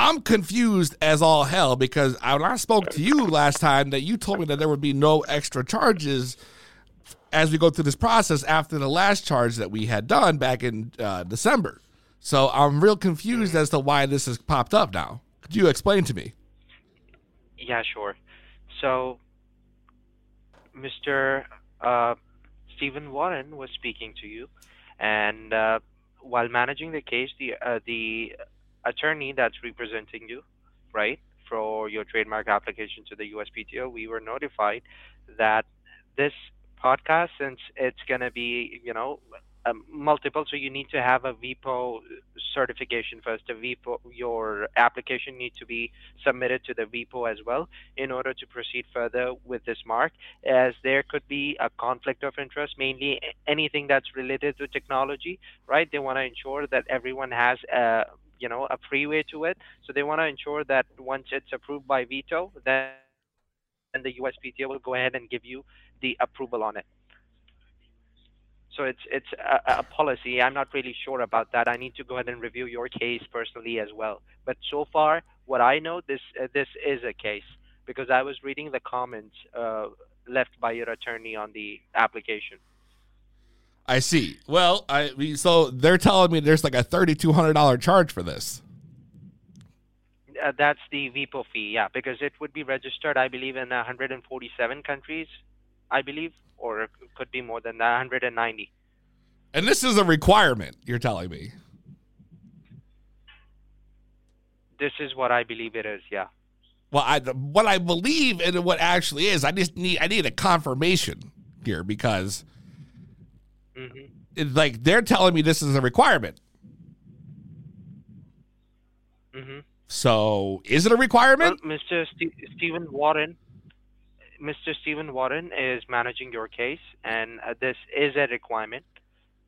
Speaker 2: I'm confused as all hell because I- when I spoke to you last time, that you told me that there would be no extra charges as we go through this process after the last charge that we had done back in uh, December. So I'm real confused as to why this has popped up now. Could you explain to me?
Speaker 7: Yeah, sure. So, Mr. Uh, Stephen Warren was speaking to you, and uh, while managing the case, the uh, the attorney that's representing you, right, for your trademark application to the USPTO, we were notified that this podcast, since it's gonna be, you know. Um, multiple, so you need to have a VPO certification first. A VPO, your application need to be submitted to the VPO as well in order to proceed further with this mark, as there could be a conflict of interest, mainly a- anything that's related to technology, right? They want to ensure that everyone has a you know a freeway to it, so they want to ensure that once it's approved by veto, then then the USPTO will go ahead and give you the approval on it. So it's it's a, a policy. I'm not really sure about that. I need to go ahead and review your case personally as well. But so far, what I know, this uh, this is a case because I was reading the comments uh, left by your attorney on the application.
Speaker 2: I see. Well, I mean, so they're telling me there's like a thirty-two hundred dollar charge for this.
Speaker 7: Uh, that's the VPO fee, yeah, because it would be registered, I believe, in 147 countries, I believe, or it could be more than that, 190.
Speaker 2: And this is a requirement, you're telling me.
Speaker 7: This is what I believe it is, yeah.
Speaker 2: Well, I what I believe and what actually is, I just need I need a confirmation here because
Speaker 7: hmm
Speaker 2: it's like they're telling me this is a requirement.
Speaker 7: hmm
Speaker 2: So is it a requirement?
Speaker 7: Well, Mr. Uh, Ste Stephen Warren, Mr. Stephen Warren is managing your case, and uh, this is a requirement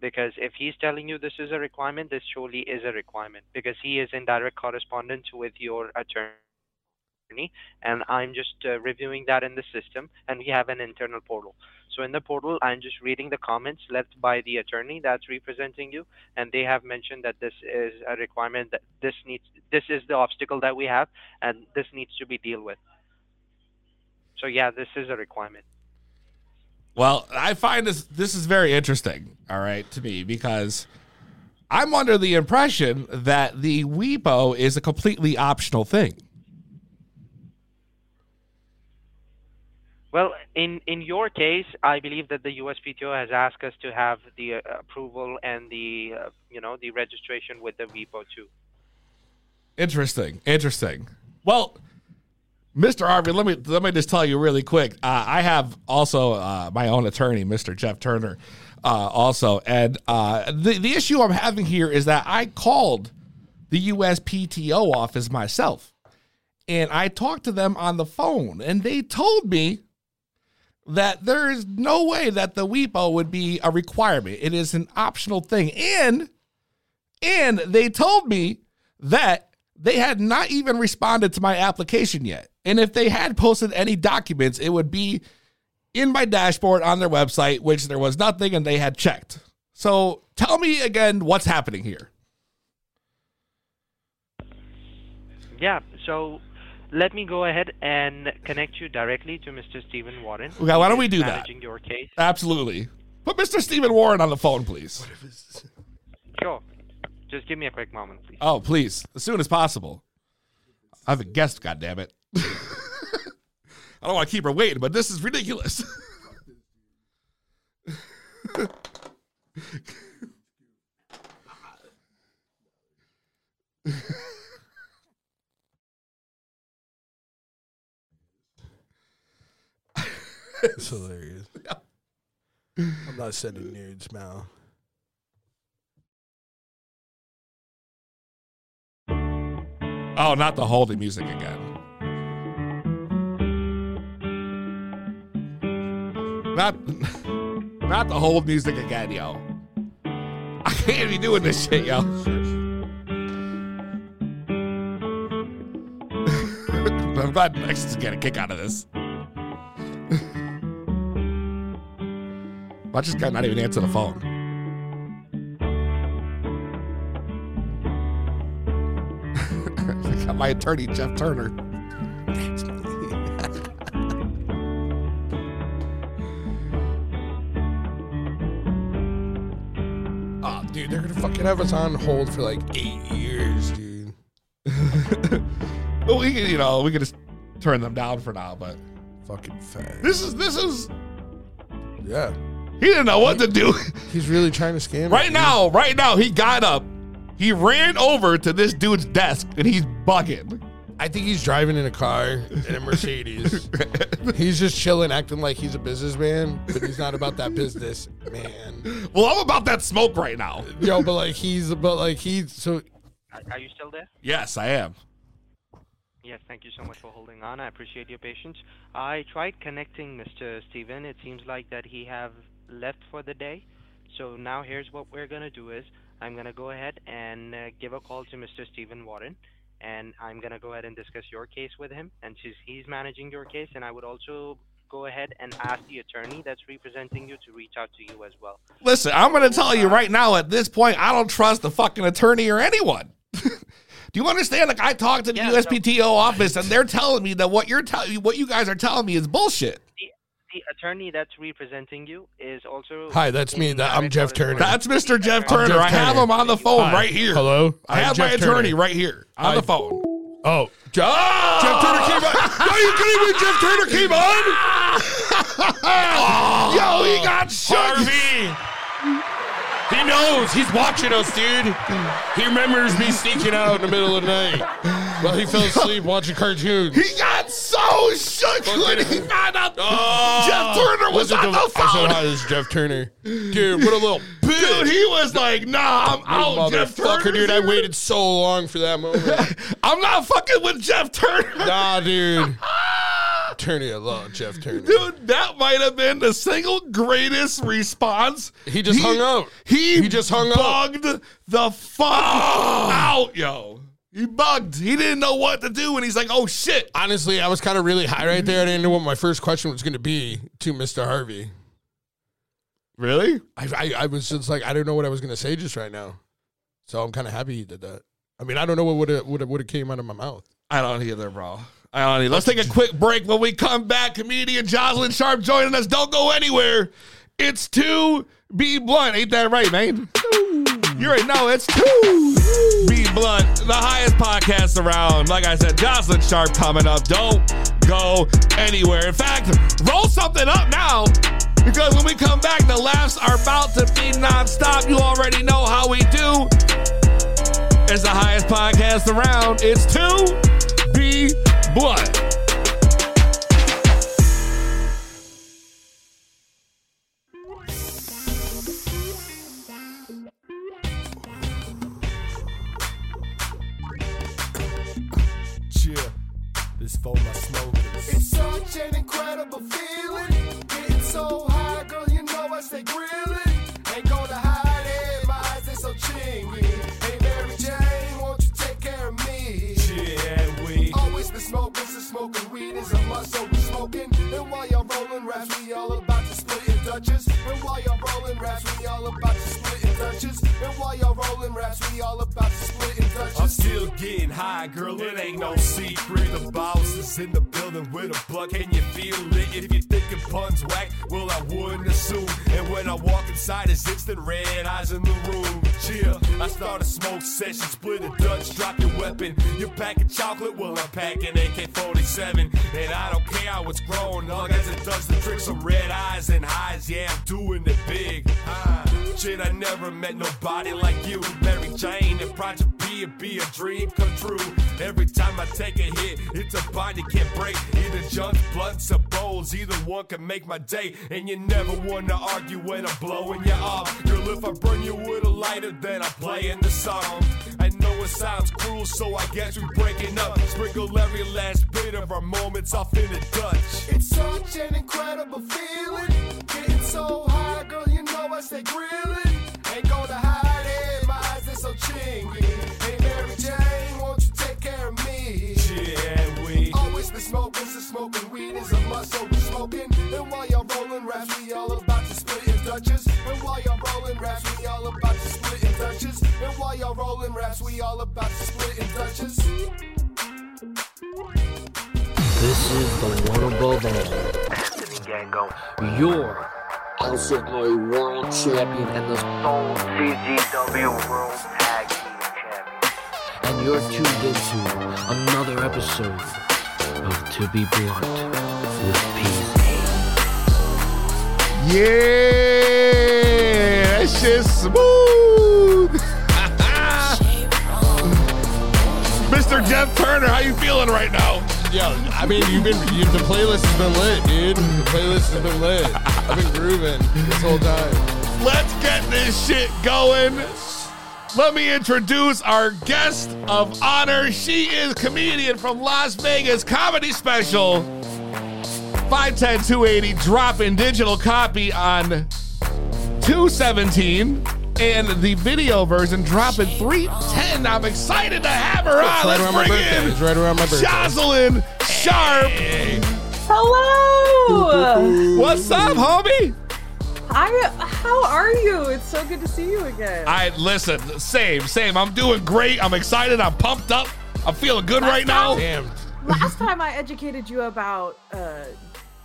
Speaker 7: because if he's telling you this is a requirement, this surely is a requirement because he is in direct correspondence with your attorney, and I'm just uh, reviewing that in the system, and we have an internal portal. So in the portal, I'm just reading the comments left by the attorney that's representing you, and they have mentioned that this is a requirement that this needs this is the obstacle that we have and this needs to be dealt with. So yeah, this is a requirement.
Speaker 2: Well, I find this this is very interesting, all right, to me because I'm under the impression that the WeBo is a completely optional thing.
Speaker 7: Well, in in your case, I believe that the USPTO has asked us to have the uh, approval and the uh, you know the registration with the VPO too.
Speaker 2: Interesting, interesting. Well, Mr. Harvey, let me let me just tell you really quick. Uh, I have also uh, my own attorney, Mr. Jeff Turner, uh, also, and uh, the the issue I'm having here is that I called the USPTO office myself, and I talked to them on the phone, and they told me that there is no way that the WIPO would be a requirement. It is an optional thing, and and they told me that they had not even responded to my application yet. And if they had posted any documents, it would be in my dashboard on their website, which there was nothing and they had checked. So tell me again what's happening here.
Speaker 7: Yeah. So Let me go ahead and connect you directly to Mr. Stephen Warren.
Speaker 2: Okay, why don't we
Speaker 7: He is
Speaker 2: do that?
Speaker 7: managing your case.
Speaker 2: Absolutely. Put Mr. Stephen Warren on the phone, please.
Speaker 7: Sure. Just give me a quick moment, please.
Speaker 2: Oh, please, as soon as possible. I have a guest. God damn it! I don't want to keep her waiting, but this is ridiculous.
Speaker 3: It's hilarious. I'm not sending nudes, Mal.
Speaker 2: Oh, not the holding music again. Not, not the hold music again, yo. I can't be doing this shit, yo. I'm glad Max is getting a kick out of this. I just got not even answer the phone. got my attorney, Jeff Turner. Ah,
Speaker 3: Oh, dude, they're gonna fucking have us on hold for like eight years, dude.
Speaker 2: But we can, you know, we can just turn them down for now. But
Speaker 3: Fucking fat.
Speaker 2: this is this is
Speaker 3: Yeah.
Speaker 2: He didn't know what to do.
Speaker 3: He's really trying to scam
Speaker 2: right now, right now, he got up. He ran over to this dude's desk and he's bugging.
Speaker 3: I think he's driving in a car in a Mercedes. he's just chilling, acting like he's a businessman, but he's not about that business, man.
Speaker 2: Well, I'm about that smoke right now.
Speaker 3: Yo, but like he's, but like he's so.
Speaker 7: Are- Are you still there?
Speaker 2: Yes, I am.
Speaker 7: Yes, thank you so much for holding on. I appreciate your patience. I tried connecting Mr. Steven. It seems like that he have left for the day. So now here's what we're going to do is I'm going to go ahead and uh, give a call to Mr. Steven Warren and I'm going to go ahead and discuss your case with him and since he's managing your case and I would also go ahead and ask the attorney that's representing you to reach out to you as well.
Speaker 2: Listen, I'm going to tell you right now at this point, I don't trust the fucking attorney or anyone. Do you understand? Like I talked to the
Speaker 7: Yeah,
Speaker 2: USPTO office and they're telling me that what you're telling what you guys are telling me is bullshit.
Speaker 7: The attorney that's representing you is also
Speaker 3: Hi, that's me.
Speaker 7: in
Speaker 3: That- I'm Jeff
Speaker 7: direct correspondence
Speaker 3: Turner.
Speaker 2: That's
Speaker 7: with the
Speaker 2: Mr. Jeff
Speaker 7: attorney.
Speaker 2: Turner. I have
Speaker 3: Turner.
Speaker 2: him on the phone
Speaker 3: Hi.
Speaker 2: right here.
Speaker 3: Hello?
Speaker 2: I
Speaker 3: I'm
Speaker 2: have my
Speaker 3: Jeff Turner.
Speaker 2: attorney right here on
Speaker 3: Hi.
Speaker 2: the phone.
Speaker 3: Oh, Jeff, Jeff Turner came on. Yo, you couldn't even. Jeff Turner came on.
Speaker 2: Yo, he got shook.
Speaker 8: Harvey! He knows. He's watching us, dude. He remembers me sneaking out in the middle of the night.
Speaker 3: Well, he fell asleep watching cartoons.
Speaker 2: He got so shook when he found out
Speaker 8: Oh.
Speaker 2: Jeff Turner was
Speaker 3: Listen
Speaker 2: on
Speaker 3: to-
Speaker 2: the
Speaker 3: I said, hi,
Speaker 2: phone.
Speaker 3: this is Jeff Turner. Dude, what a little
Speaker 2: Dude, he was like, "Nah, I'm out, Jeff Turner,
Speaker 3: motherfucker, dude. I waited so long for that moment.
Speaker 2: I'm not fucking with Jeff Turner,
Speaker 3: nah, dude. Turner, I love Jeff Turner.
Speaker 2: dude. That might have been the single greatest response.
Speaker 3: He just hung out.
Speaker 2: He
Speaker 3: He just hung Ah. out.
Speaker 2: bugged the fuck out, yo. He bugged. He didn't know what to do, and he's like, "Oh shit."
Speaker 3: Honestly, I was kind of really high right there. I didn't know what my first question was going to be to Mr. Harvey.
Speaker 2: Really?
Speaker 3: I, I, I was just like, I don't know what I was going to say just right now. So I'm kind of happy he did that. I mean, I don't know what would have would have came out of my mouth.
Speaker 2: I don't either, bro. I don't either. Let's take a quick break. When we come back, comedian Jocelyn Sharp joining us. Don't go anywhere. It's two B blunt. Ain't that right, man? You already know it's two B blunt, the highest podcast around. Like I said, Jocelyn Sharp coming up. Don't go anywhere. In fact, roll something up now. Because when we come back, the laughs are about to be nonstop. You already know how we do. It's the highest podcast around. It's 2B Blood.
Speaker 9: cheer. This for my smokers. It's such an incredible feeling. Getting so high, girl, you know I stay grilling. Ain't gonna hide it, my eyes they so chingy. Hey Mary Jane, won't you take care of me? Yeah, we always been smoking, so smoking weed is a must. So we smoking, and while y'all rolling raps, we all about to split in Dutchess. And while y'all rolling raps, we all about to split in Dutchess. And while y'all rolling raps, we all about to split in Dutchess. I'm still
Speaker 10: Getting high, girl, it ain't no secret. The boss is in the building with a buck. Can you feel it? If you're thinking puns whack, well, I wouldn't assume. And when I walk inside, it's instant red eyes in the room. Chill, I start a smoke session, split a Dutch, drop your weapon. You're packing chocolate, well, I'm packing AK 47. And I don't care how it's grown, long as it does the trick. Some red eyes and highs, yeah, I'm doing it big. Ah, Shit, I never met nobody like you. Mary Jane and Project P, it be a dream come true. Every time I take a hit, it's a bond you can't break. Either junk, blunts, or bowls, either one can make my day. And you never wanna argue when I'm blowing you off. Girl, if I burn you with a lighter, then I'm playing the song. I know it sounds cruel, so I guess we're breaking up. Sprinkle every last bit of our moments off in the Dutch.
Speaker 11: It's such an incredible feeling. Getting so high, girl, you know I stay grilling. Ain't gonna hide it, my eyes they so chingy. Hey Mary Jane, won't you take care of me?
Speaker 10: Yeah, we.
Speaker 11: Always been smoking, so smoking weed is a must, so we smoking. And while y'all rolling raps, we all about to split in Dutchess. And while y'all rolling raps, we all about to split in Dutchess. And while y'all rolling raps, we all about to split in Dutchess.
Speaker 12: This is the one above all. Anthony Gango, your Elsa Glory World Champion and the sole CGW World Tag Team Champion. And you're tuned into another episode of To Be Blunt with PZ.
Speaker 2: Yeah, that shit's smooth. Mr. Jeff Turner, how you feeling right now?
Speaker 3: Yo, I mean, you've been you, the playlist has been lit, dude. The playlist has been lit. I've been grooving this whole time.
Speaker 2: Let's get this shit going. Let me introduce our guest of honor. She is comedian from Las Vegas comedy special 510 280 drop in digital copy on 217 and the video version dropping 310. I'm excited to have her on.
Speaker 3: right
Speaker 2: Let's
Speaker 3: around my
Speaker 2: bring
Speaker 3: birthday.
Speaker 2: in
Speaker 3: It's right around my birthday.
Speaker 2: Jocelyn Sharp.
Speaker 13: Hello!
Speaker 2: What's up, homie?
Speaker 13: I how are you? It's so good to see you again.
Speaker 2: I listen, same, same. I'm doing great. I'm excited. I'm pumped up. I'm feeling good right now.
Speaker 3: Damn.
Speaker 13: Last time I educated you about uh,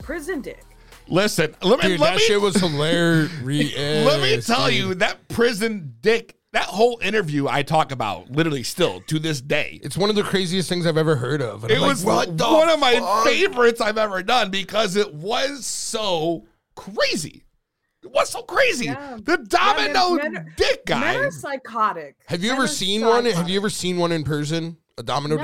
Speaker 13: prison dick.
Speaker 2: Listen, let me
Speaker 3: Dude,
Speaker 2: let
Speaker 3: that
Speaker 2: me
Speaker 3: shit was hilarious.
Speaker 2: let me tell you that prison dick. That whole interview I talk about literally still to this day.
Speaker 3: It's one of the craziest things I've ever heard of. And
Speaker 2: It
Speaker 3: I'm like,
Speaker 2: was
Speaker 3: what the
Speaker 2: one of my
Speaker 3: fuck?
Speaker 2: favorites I've ever done because it was so crazy. It was so crazy.
Speaker 13: Yeah.
Speaker 2: The
Speaker 13: Yeah,
Speaker 2: domino
Speaker 13: Um, men- men are-
Speaker 2: dick
Speaker 13: Men
Speaker 2: guy.
Speaker 13: are psychotic.
Speaker 3: Have you
Speaker 13: Men
Speaker 3: ever
Speaker 13: are
Speaker 3: seen one? Have
Speaker 13: psychotic.
Speaker 3: you ever seen one in person? A domino
Speaker 13: No.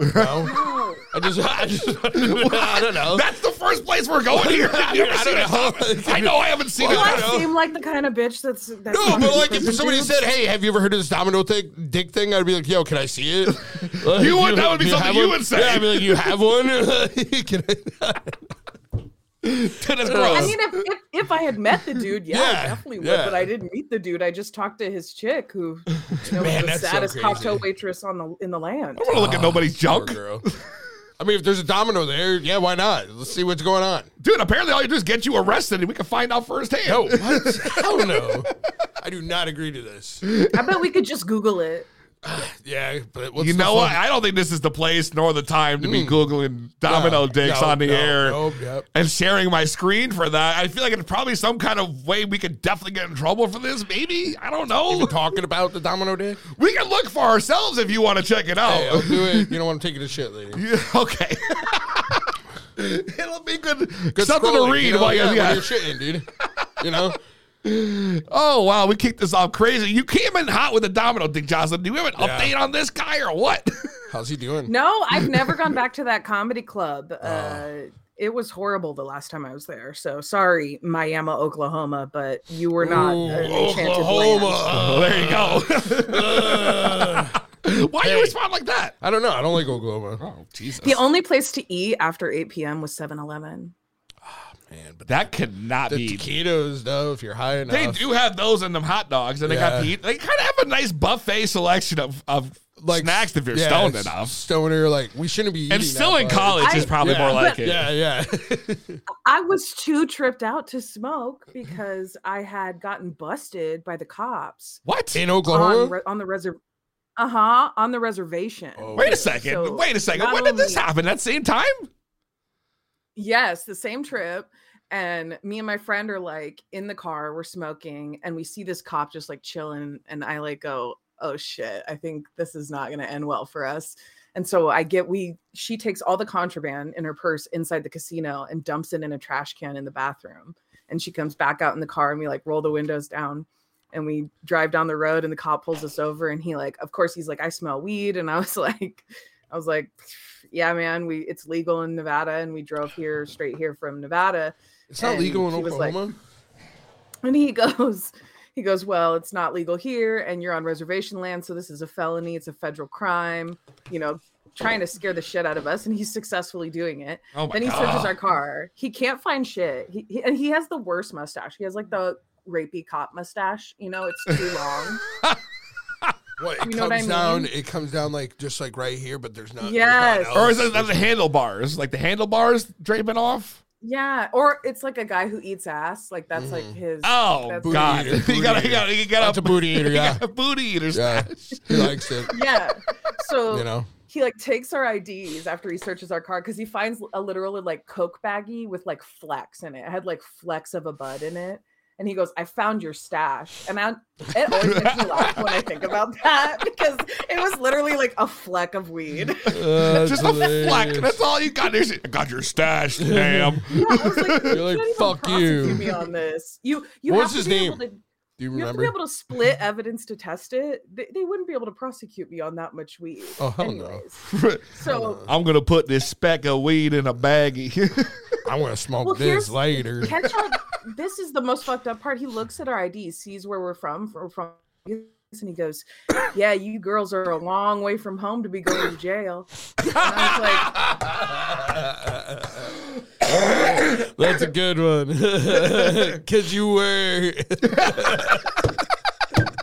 Speaker 3: dick? No.
Speaker 13: no.
Speaker 3: I just, I just, I don't know.
Speaker 2: That's the first place we're going here. Have you ever
Speaker 3: I
Speaker 2: seen
Speaker 3: don't
Speaker 2: a domino-
Speaker 3: know.
Speaker 2: I know I haven't seen
Speaker 13: Do
Speaker 2: it.
Speaker 3: Well,
Speaker 13: I
Speaker 3: I don't know.
Speaker 13: seem like the kind of bitch that's, that's
Speaker 3: No, but like if somebody said, "Hey, have you ever heard of this domino dick, dick thing?" I'd be like, "Yo, can I see it?" Like,
Speaker 2: You would- that would be
Speaker 3: you
Speaker 2: something
Speaker 3: have
Speaker 2: you
Speaker 3: one?
Speaker 2: would say.
Speaker 3: Yeah, I'd be like, "You have one?" Can I-
Speaker 2: That's
Speaker 13: I
Speaker 2: gross.
Speaker 13: mean, if, if, if I had met the dude, yeah,
Speaker 3: uh, Yeah,
Speaker 13: I definitely would.
Speaker 3: yeah.
Speaker 13: But I didn't meet the dude. I just talked to his chick, who you know,
Speaker 3: Man,
Speaker 13: was
Speaker 3: that's
Speaker 13: the
Speaker 3: so
Speaker 13: saddest
Speaker 3: crazy.
Speaker 13: cocktail waitress on the in the land.
Speaker 2: I want to look at nobody's
Speaker 3: Ah, Poor
Speaker 2: junk.
Speaker 3: girl. I mean, if there's a domino there, yeah, why not? Let's see what's going on.
Speaker 2: Dude, apparently all you do is get you arrested and we can find out firsthand.
Speaker 3: No, what? Hell no. I do not agree to this.
Speaker 13: I bet we could just Google it.
Speaker 3: Yeah, but what's
Speaker 2: you
Speaker 3: the
Speaker 2: know what?
Speaker 3: fun? Mm.
Speaker 2: I don't think this is the place nor the time to be Googling domino
Speaker 3: No,
Speaker 2: dicks
Speaker 3: no,
Speaker 2: on the
Speaker 3: no,
Speaker 2: air
Speaker 3: nope, yep.
Speaker 2: and sharing my screen for that. I feel like it's probably some kind of way we could definitely get in trouble for this, maybe. I don't know.
Speaker 3: Even talking about the domino dick?
Speaker 2: We can look for ourselves if you want to check it out.
Speaker 3: Hey, I'll do it. You know what? I'm taking a shit, lady.
Speaker 2: Yeah, okay. It'll be good,
Speaker 3: Good
Speaker 2: something
Speaker 3: scrolling,
Speaker 2: to read
Speaker 3: you know?
Speaker 2: while
Speaker 3: yeah,
Speaker 2: you're,
Speaker 3: while
Speaker 2: yeah.
Speaker 3: you're shitting, dude. You know?
Speaker 2: Oh wow, we kicked this off crazy. You came in hot with the domino dick, Jocelyn. Do we have an
Speaker 3: Yeah.
Speaker 2: update on this guy or what?
Speaker 3: How's he doing?
Speaker 13: No, I've never gone back to that comedy club. Uh, it was horrible the last time I was there. So sorry, Miami, Oklahoma, but you were not an enchanted land.
Speaker 2: Oh, there you
Speaker 3: Oh,
Speaker 2: go. Why you respond like that?
Speaker 3: I don't know. I don't like Oklahoma.
Speaker 2: Oh Jesus!
Speaker 13: The only place to eat after 8 p.m. was 7-Eleven.
Speaker 3: Man, but
Speaker 2: that could not
Speaker 3: the
Speaker 2: be.
Speaker 3: taquitos, though, if you're high enough.
Speaker 2: They do have those in them hot dogs, and they got to
Speaker 3: Yeah.
Speaker 2: eat. They kind of have a nice buffet selection of of snacks if you're
Speaker 3: yeah,
Speaker 2: stoned
Speaker 3: s-
Speaker 2: enough.
Speaker 3: Stoner, like we shouldn't be.
Speaker 2: And
Speaker 3: eating
Speaker 2: still
Speaker 3: that,
Speaker 2: in
Speaker 3: but-
Speaker 2: college is
Speaker 13: I-
Speaker 2: probably more
Speaker 3: Yeah.
Speaker 2: like it.
Speaker 3: Yeah, yeah.
Speaker 13: I was too tripped out to smoke because I had gotten busted by the cops
Speaker 2: What?
Speaker 3: in
Speaker 13: on,
Speaker 3: Oklahoma,
Speaker 13: re- on the reservation. Uh huh. On the reservation.
Speaker 2: Wait a second.
Speaker 13: So
Speaker 2: Wait a second.
Speaker 13: not
Speaker 2: When did this
Speaker 13: only-
Speaker 2: happen? That same time?
Speaker 13: Yes, the same trip. And me and my friend are like in the car, we're smoking, and we see this cop just like chilling. And I like go, oh shit, I think this is not going to end well for us. And so I get, we, she takes all the contraband in her purse inside the casino and dumps it in a trash can in the bathroom. And she comes back out in the car and we like roll the windows down and we drive down the road and the cop pulls us over and he like, of course, he's like, I smell weed. And I was like, I was like, yeah, man, we it's legal in Nevada, and we drove here straight here from Nevada.
Speaker 3: It's not
Speaker 13: And
Speaker 3: legal in
Speaker 13: he was like-
Speaker 3: Oklahoma.
Speaker 13: and he goes, he goes, well, it's not legal here, and you're on reservation land, so this is a felony. It's a federal crime. You know, trying to scare the shit out of us, and he's successfully doing it.
Speaker 14: Oh my
Speaker 13: then he searches
Speaker 14: God.
Speaker 13: our car. He can't find shit. He, he and he has the worst mustache. He has like the rapey cop mustache. You know, it's too long.
Speaker 3: What, it
Speaker 13: You
Speaker 3: comes
Speaker 13: know what I
Speaker 3: down,
Speaker 13: mean?
Speaker 3: it comes down like just like right here, but there's not.
Speaker 13: Yes.
Speaker 3: Oh,
Speaker 2: Or is it not the handlebars? Like the handlebars draping off?
Speaker 13: Yeah, or it's like a guy who eats ass. Like that's
Speaker 14: Mm.
Speaker 13: like his.
Speaker 2: Oh
Speaker 13: that's-
Speaker 2: God!
Speaker 3: eater,
Speaker 2: you gotta,
Speaker 3: booty
Speaker 2: you gotta, you gotta.
Speaker 3: That's a booty eater,
Speaker 2: you
Speaker 3: yeah.
Speaker 2: gotta booty eaters.
Speaker 3: Yeah. He likes it.
Speaker 13: yeah. So
Speaker 3: You know?
Speaker 13: he like takes our IDs after he searches our car because he finds a literally like Coke baggie with like flex in it. It had like flex of a bud in it. And he goes, I found your stash. And I it always makes me laugh when I think about that because it was literally like a fleck of weed.
Speaker 2: Just a fleck. That's all you got. There's, I got your stash, damn.
Speaker 3: You're like, fuck
Speaker 13: Prosecute me
Speaker 3: you.
Speaker 13: on this. You you
Speaker 3: What's
Speaker 13: have
Speaker 3: his
Speaker 13: to be able
Speaker 3: name?
Speaker 13: to
Speaker 3: Do you
Speaker 13: you have to be
Speaker 3: remember?
Speaker 13: able to split evidence to test it. They, they wouldn't be able to prosecute me on that much weed.
Speaker 2: Oh, hell no.
Speaker 13: Anyways, So
Speaker 2: I'm gonna put this speck of weed in a baggie.
Speaker 3: I want to smoke
Speaker 13: Well,
Speaker 3: this
Speaker 13: here's-
Speaker 3: later.
Speaker 13: Ketra, this is the most fucked up part. He looks at our ID, sees where we're from, we're from, and he goes, "Yeah, you girls are a long way from home to be going to jail." And I
Speaker 3: That's a good one. Cause you were.
Speaker 13: was like,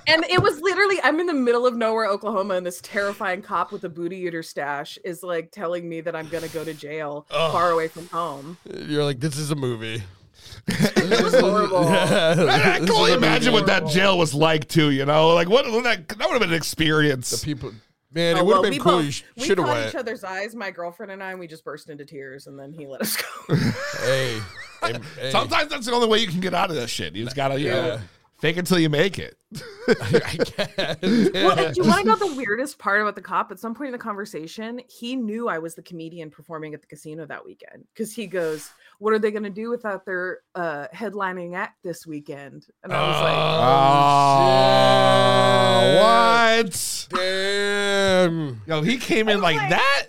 Speaker 13: and it was literally, I'm in the middle of nowhere, Oklahoma, and this terrifying cop with a booty eater stash is like telling me that I'm gonna go to jail
Speaker 3: Ugh.
Speaker 13: far away from home.
Speaker 3: You're like, this is a movie.
Speaker 13: It was horrible.
Speaker 2: I can
Speaker 3: This is
Speaker 2: only
Speaker 3: a
Speaker 2: imagine what that
Speaker 13: horrible.
Speaker 2: jail was like too. You know, like what what that that would have been an experience. The
Speaker 3: people, man,
Speaker 13: Oh,
Speaker 3: it would have
Speaker 13: well,
Speaker 3: been
Speaker 13: we
Speaker 3: cool.
Speaker 13: both-
Speaker 3: You sh-
Speaker 13: we
Speaker 3: should have
Speaker 13: caught
Speaker 3: went.
Speaker 13: each other's eyes, my girlfriend and I, and we just burst into tears, and then he let us go.
Speaker 3: Hey, hey, hey.
Speaker 2: Sometimes that's the only way you can get out of this shit. You just gotta, you know,
Speaker 3: Yeah.
Speaker 2: fake until you make it.
Speaker 13: Well, and do you want to know the weirdest part about the cop? At some point in the conversation, he knew I was the comedian performing at the casino that weekend because he goes, "What are they going to do without their uh, headlining act this weekend?" And I was like,
Speaker 2: Oh, what?
Speaker 3: Damn.
Speaker 2: Yo, he came in like, that.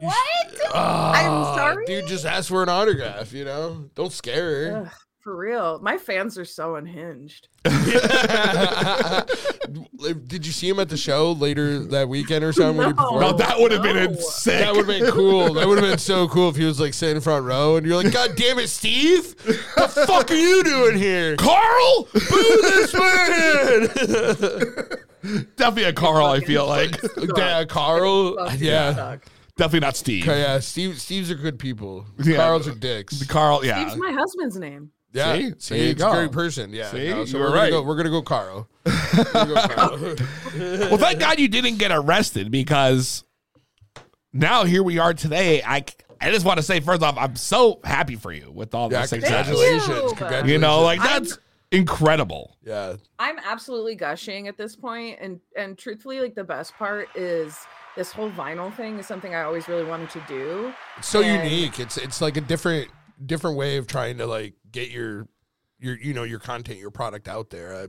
Speaker 13: "What?
Speaker 3: Ah,
Speaker 13: I'm sorry,
Speaker 3: Dude, just ask for an autograph, you know? Don't scare her.
Speaker 13: Ugh, for real. My fans are so unhinged."
Speaker 3: Did you see him at the show later that weekend or something when he
Speaker 13: No.
Speaker 3: performed?
Speaker 2: No, that would have been
Speaker 13: No.
Speaker 2: insane.
Speaker 3: That would have been cool. That would have been so cool if he was like sitting front row and you're like, God damn it, Steve! The fuck are you doing here?
Speaker 2: Carl,
Speaker 3: Boo this man!
Speaker 2: definitely a Carl. I feel like
Speaker 3: yeah, Carl.
Speaker 13: Fucking
Speaker 3: Yeah.
Speaker 13: suck.
Speaker 2: definitely not Steve.
Speaker 3: Okay, yeah, Steve, Steve's are good people.
Speaker 2: Yeah.
Speaker 3: Carl's are dicks.
Speaker 2: Carl, yeah.
Speaker 13: Steve's my husband's name.
Speaker 3: Yeah,
Speaker 2: See?
Speaker 3: see,
Speaker 2: There you
Speaker 3: it's
Speaker 2: go.
Speaker 3: a great person. Yeah,
Speaker 2: See?
Speaker 3: no,
Speaker 2: You
Speaker 3: so
Speaker 2: were
Speaker 3: we're gonna
Speaker 2: right.
Speaker 3: Go, we're gonna go, Carl.
Speaker 2: well, thank God you didn't get arrested because now here we are today. I I just want to say first off, I'm so happy for you with all
Speaker 3: Yeah,
Speaker 2: this success.
Speaker 13: Thank you.
Speaker 3: congratulations, congratulations.
Speaker 2: You know, like
Speaker 13: I'm-
Speaker 2: that's incredible.
Speaker 3: yeah,
Speaker 13: I'm absolutely gushing at this point, and and truthfully, like the best part is this whole vinyl thing is something I always really wanted to do.
Speaker 3: it's so
Speaker 13: And-
Speaker 3: unique. It's it's like a different different way of trying to like get your your you know your content your product out there. I,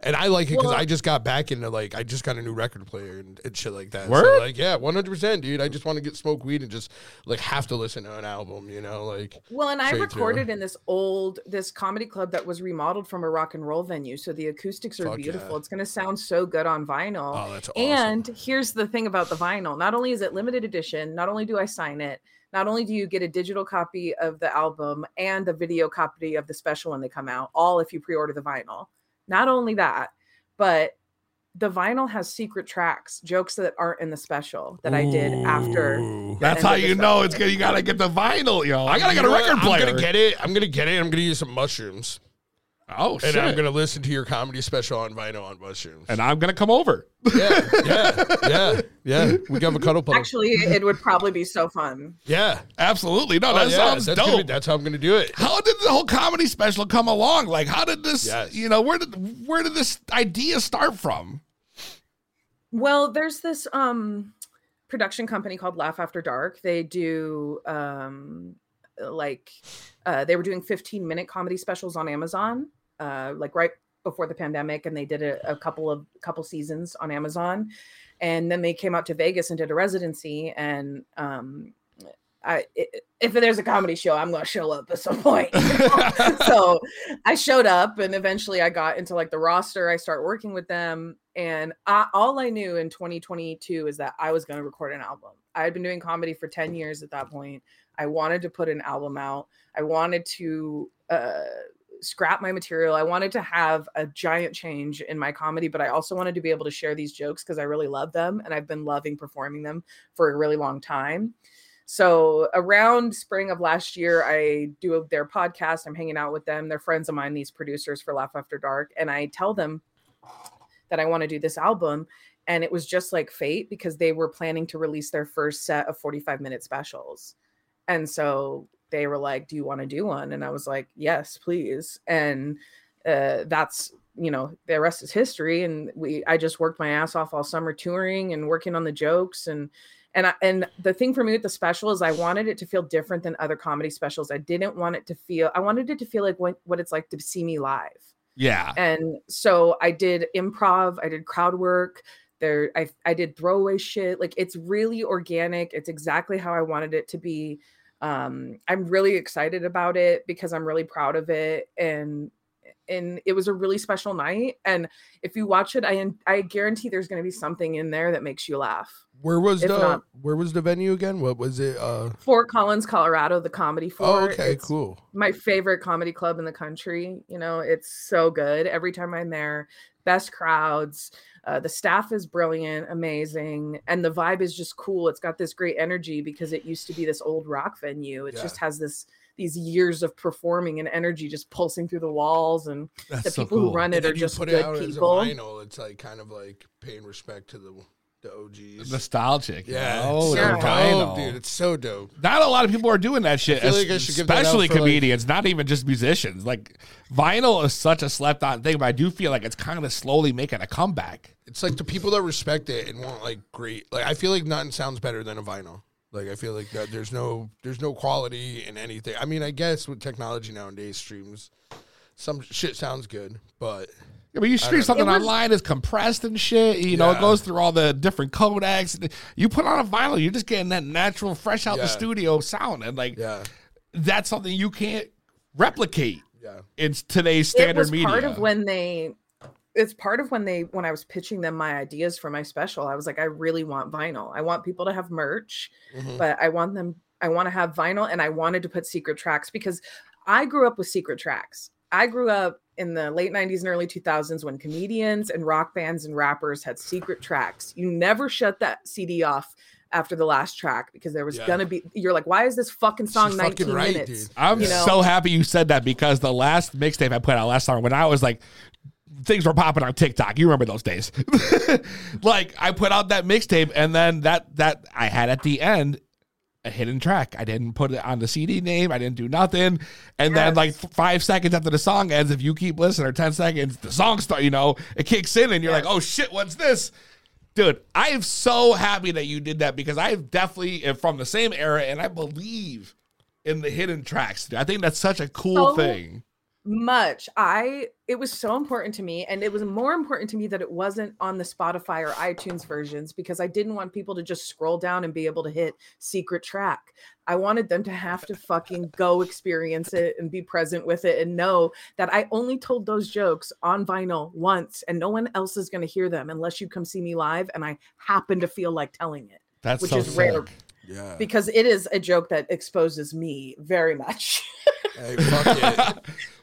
Speaker 3: and I like it because
Speaker 13: Well-
Speaker 3: I just got back into like I just got a new record player and, and shit like that.
Speaker 2: Word?
Speaker 3: So like yeah, one hundred percent, dude. I just want to get smoke weed and just like have to listen to an album. You know, like
Speaker 13: Well, and I
Speaker 3: Say it,
Speaker 13: recorded in this old this comedy club that was remodeled from a rock and roll venue, so the acoustics are
Speaker 3: Fuck yeah.
Speaker 13: beautiful. It's going to sound so good on vinyl.
Speaker 3: oh, that's awesome.
Speaker 13: and here's the thing about the vinyl. Not only is it limited edition, not only do I sign it, not only do you get a digital copy of the album and a video copy of the special when they come out, all if you pre-order the vinyl. Not only that, but the vinyl has secret tracks, jokes that aren't in the special that I did after.
Speaker 3: Ooh.
Speaker 2: That's
Speaker 13: and
Speaker 2: how
Speaker 13: it
Speaker 2: you
Speaker 13: was-
Speaker 2: know it's good. You gotta get the vinyl, yo. I gotta
Speaker 3: You
Speaker 2: get a
Speaker 3: know what?
Speaker 2: record player.
Speaker 3: I'm gonna get it. I'm gonna get it. I'm gonna use some mushrooms.
Speaker 2: Oh,
Speaker 3: and
Speaker 2: shit.
Speaker 3: I'm gonna listen to your comedy special on Vino on mushrooms.
Speaker 2: and I'm gonna come over.
Speaker 3: yeah, yeah. We can have a cuddle puddle.
Speaker 13: Actually, it would probably be so fun.
Speaker 3: yeah,
Speaker 2: absolutely. No,
Speaker 3: Oh,
Speaker 2: that
Speaker 3: yeah,
Speaker 2: sounds
Speaker 3: that's
Speaker 2: dope.
Speaker 3: gonna be- that's how I'm gonna do it.
Speaker 2: how did the whole comedy special come along? Like, how did this?
Speaker 3: Yes.
Speaker 2: You know, where did where did this idea start from?
Speaker 13: Well, there's this um production company called Laugh After Dark. They do um like uh they were doing 15 minute comedy specials on Amazon uh like right before the pandemic and they did a, a couple of couple seasons on Amazon and then they came out to Vegas and did a residency and um I, i- if there's a comedy show, I'm gonna show up at some point. so I showed up, and eventually I got into like the roster. I start working with them, and I, all I knew in 2022 is that I was gonna record an album. I had been doing comedy for 10 years at that point. I wanted to put an album out. I wanted to uh, scrap my material. I wanted to have a giant change in my comedy, but I also wanted to be able to share these jokes because I really love them, and I've been loving performing them for a really long time. So around spring of last year, I do their podcast. I'm hanging out with them. They're friends of mine, these producers for Laugh After Dark. And I tell them that I want to do this album. And it was just like fate because they were planning to release their first set of 45 minute specials. And so they were like, Do you want to do one? And I was like, Yes, please. And uh, that's, you know, the rest is history. And we, I just worked my ass off all summer touring and working on the jokes and, and I, and the thing for me with the special is I wanted it to feel different than other comedy specials. I didn't want it to feel. I wanted it to feel like what, what it's like to see me live.
Speaker 2: Yeah.
Speaker 13: And so I did improv, I did crowd work, there I I did throwaway shit. Like it's really organic. It's exactly how I wanted it to be. Um I'm really excited about it because I'm really proud of it and and it was a really special night and if you watch it I I guarantee there's going to be something in there that makes you laugh.
Speaker 3: Where was
Speaker 13: If
Speaker 3: the
Speaker 13: not-
Speaker 3: Where was the venue again? What was it? Uh,
Speaker 13: Fort Collins, Colorado, the comedy
Speaker 3: oh,
Speaker 13: fort.
Speaker 3: okay,
Speaker 13: It's-
Speaker 3: cool.
Speaker 13: my favorite comedy club in the country. You know, it's so good. Every time I'm there, best crowds. Uh, the staff is brilliant, amazing, and the vibe is just cool. It's got this great energy because it used to be this old rock venue. It
Speaker 15: Yeah.
Speaker 13: just has this these years of performing and energy just pulsing through the walls, and the
Speaker 2: so
Speaker 13: people who
Speaker 2: cool.
Speaker 13: run
Speaker 3: And
Speaker 13: it are
Speaker 3: then you
Speaker 13: just
Speaker 3: put
Speaker 13: good
Speaker 3: it out
Speaker 13: people.
Speaker 3: As a vinyl, it's like kind of like paying respect to the the OGs.
Speaker 2: Nostalgic.
Speaker 3: Yeah,
Speaker 2: Oh,
Speaker 3: it's so
Speaker 2: the
Speaker 3: dope,
Speaker 2: vinyl.
Speaker 3: dude. It's so dope.
Speaker 2: Not a lot of people are doing that shit,
Speaker 3: feel like I should give that out
Speaker 2: especially
Speaker 3: for, like-
Speaker 2: comedians. not even just musicians. Like vinyl is such a slept-on thing, but I do feel like it's kind of slowly making a comeback.
Speaker 3: It's like the people that respect it and want like great. Like I feel like nothing sounds better than a vinyl. Like I feel like that there's no there's no quality in anything. I mean, I guess with technology nowadays, streams some shit sounds good, but
Speaker 2: Yeah, but you
Speaker 3: I
Speaker 2: stream
Speaker 3: don't know.
Speaker 2: something online, it's compressed and shit. You know,
Speaker 3: Yeah.
Speaker 2: it goes through all the different codecs. You put on a vinyl, you're just getting that natural, fresh out
Speaker 3: Yeah.
Speaker 2: the studio sound, and like
Speaker 3: Yeah.
Speaker 2: that's something you can't replicate.
Speaker 3: Yeah,
Speaker 2: in today's
Speaker 13: it
Speaker 2: standard
Speaker 13: was
Speaker 2: media.
Speaker 13: part of when they it's part of when they when i was pitching them my ideas for my special i was like i really want vinyl i want people to have merch
Speaker 15: Mhm.
Speaker 13: but i want them i want to have vinyl and i wanted to put secret tracks because i grew up with secret tracks i grew up in the late 90s and early 2000s when comedians and rock bands and rappers had secret tracks you never shut that cd off after the last track because there was
Speaker 2: Yeah.
Speaker 13: gonna be you're like why is this fucking song 19 minutes
Speaker 2: I'm
Speaker 13: you know?
Speaker 2: so happy you said that because the last mixtape I put out last summer, when I was like, things were popping on TikTok. You remember those days? like I put out that mixtape, and then that that I had at the end a hidden track. I didn't put it on the CD name. I didn't do nothing. And then like f- five seconds after the song ends, if you keep listening, or ten seconds, the song start. You know, it kicks in, and you're like, oh shit, what's this? Dude, I am so happy that you did that because I've definitely am from the same era, and I believe in the hidden tracks. I think that's such a cool
Speaker 13: So-
Speaker 2: thing.
Speaker 13: much i it was so important to me and it was more important to me that it wasn't on the spotify or itunes versions because i didn't want people to just scroll down and be able to hit secret track i wanted them to have to fucking go experience it and be present with it and know that i only told those jokes on vinyl once and no one else is going to hear them unless you come see me live and i happen to feel like telling it
Speaker 2: That's
Speaker 13: which
Speaker 2: so
Speaker 13: is rare
Speaker 2: sick. Yeah.
Speaker 13: because it is a joke that exposes me very much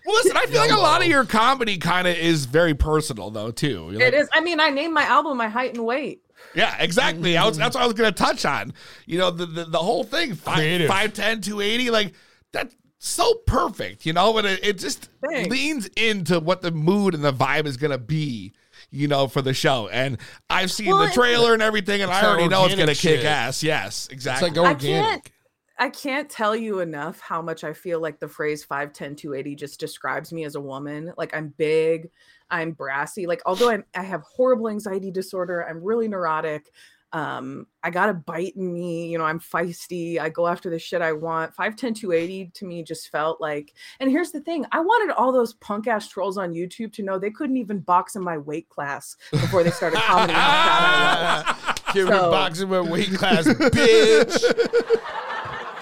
Speaker 2: Well, listen, I feel like a lot of your comedy kind of is very personal, though, too. You're
Speaker 13: It
Speaker 2: like-
Speaker 13: is. I mean, I named my album my height and weight.
Speaker 2: Yeah, exactly. I was, that's what I was going to touch on. You know, the, the, the whole thing, five,
Speaker 3: Creative.
Speaker 2: 5'10", 280, like that so perfect, you know, and it, it just
Speaker 13: Thanks.
Speaker 2: leans into what the mood and the vibe is gonna be, you know, for the show. And I've seen
Speaker 13: Well,
Speaker 2: the
Speaker 13: it's-
Speaker 2: trailer and everything, and
Speaker 3: It's
Speaker 2: I already know it's
Speaker 3: organic
Speaker 2: gonna kick
Speaker 3: shit.
Speaker 2: ass. Yes, exactly.
Speaker 3: like organic.
Speaker 13: I can't. I can't tell you enough how much I feel like the phrase 5'10, 280 just describes me as a woman. Like I'm big, I'm brassy. Like although I'm, I have horrible anxiety disorder, I'm really neurotic. Um, I got a bite in me, you know, I'm feisty. I go after the shit I want. 5'10, 280 to me just felt like, and here's the thing I wanted all those punk ass trolls on YouTube to know they couldn't even box in my weight class before they started commenting how fat I was.
Speaker 3: Give me
Speaker 13: So-
Speaker 3: boxing with weight class, bitch.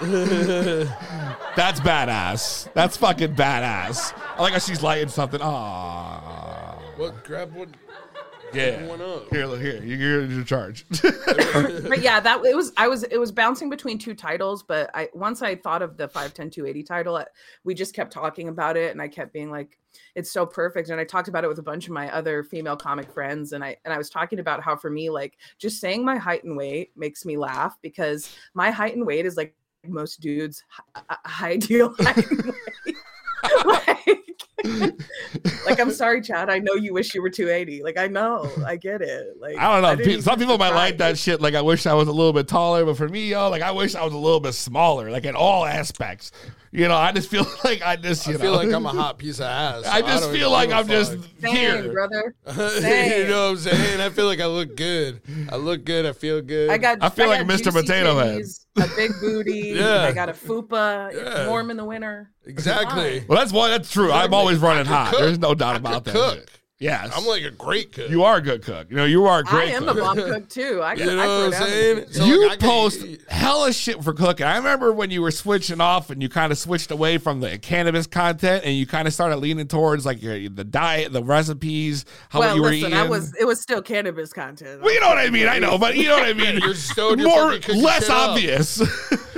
Speaker 2: That's badass. That's fucking badass. I like how she's lighting something. Ah,
Speaker 3: What? Grab one.
Speaker 2: yeah.
Speaker 3: One up.
Speaker 2: Here, look here. You- You're in charge.
Speaker 13: but yeah, that it was I was it was bouncing between two titles, but I once I thought of the 510 280 title, I- we just kept talking about it and I kept being like it's so perfect and I talked about it with a bunch of my other female comic friends and I and I was talking about how for me like just saying my height and weight makes me laugh because my height and weight is like most dudes hi- hi- high deal height and weight. like, like I'm sorry Chad, I know you wish you were 280. Like I know, I get it. Like
Speaker 2: I don't know.
Speaker 13: didn't
Speaker 2: Pe- Some
Speaker 13: even
Speaker 2: people might
Speaker 13: try.
Speaker 2: like that shit. Like, I wish I was a little bit taller, but for me, yo, like, I wish I was a little bit smaller, like, in all aspects. You know, I just feel like I just, you
Speaker 3: I
Speaker 2: know,
Speaker 3: feel like I'm a hot piece of ass.
Speaker 2: I just
Speaker 3: don't
Speaker 2: feel
Speaker 3: even
Speaker 2: like
Speaker 3: give a
Speaker 2: I'm just
Speaker 3: fuck.
Speaker 13: Dang,
Speaker 2: here.
Speaker 13: brother.
Speaker 3: you know what I'm saying? I feel like I look good. I look good. I feel good.
Speaker 13: I got.
Speaker 2: I feel like
Speaker 13: got
Speaker 2: Mr.
Speaker 13: juicy
Speaker 2: Potato Head.
Speaker 13: titties, A big booty.
Speaker 3: Yeah.
Speaker 13: I got a fupa.
Speaker 3: Yeah.
Speaker 13: Warm in the winter.
Speaker 3: exactly.
Speaker 2: Well, that's one. That's true. I'm always running
Speaker 3: I could
Speaker 2: hot.
Speaker 3: cook.
Speaker 2: There's no doubt
Speaker 3: I could
Speaker 2: about that.
Speaker 3: cook.
Speaker 2: shit. Yes.
Speaker 3: I'm like a great cook.
Speaker 2: you are a good cook. You know, you are a great
Speaker 13: I am
Speaker 2: cook.
Speaker 13: a bomb cook too. I,
Speaker 3: You
Speaker 13: I
Speaker 3: know
Speaker 13: throw
Speaker 3: what I'm
Speaker 13: down in
Speaker 3: saying?
Speaker 13: the kitchen.
Speaker 3: So,
Speaker 2: you
Speaker 3: like, I could-
Speaker 2: post hella shit for cooking. I remember when you were switching off and you kind of switched away from the cannabis content and you kind of started leaning towards like your the diet, the recipes, how
Speaker 13: well,
Speaker 2: you were
Speaker 13: listen,
Speaker 2: eating.
Speaker 13: I was. It was still cannabis content.
Speaker 2: well, you know what I mean. I know, but you know what I mean.
Speaker 3: You're stoned, you're
Speaker 2: more
Speaker 3: fucking cooking
Speaker 2: less
Speaker 3: shit up.
Speaker 2: obvious.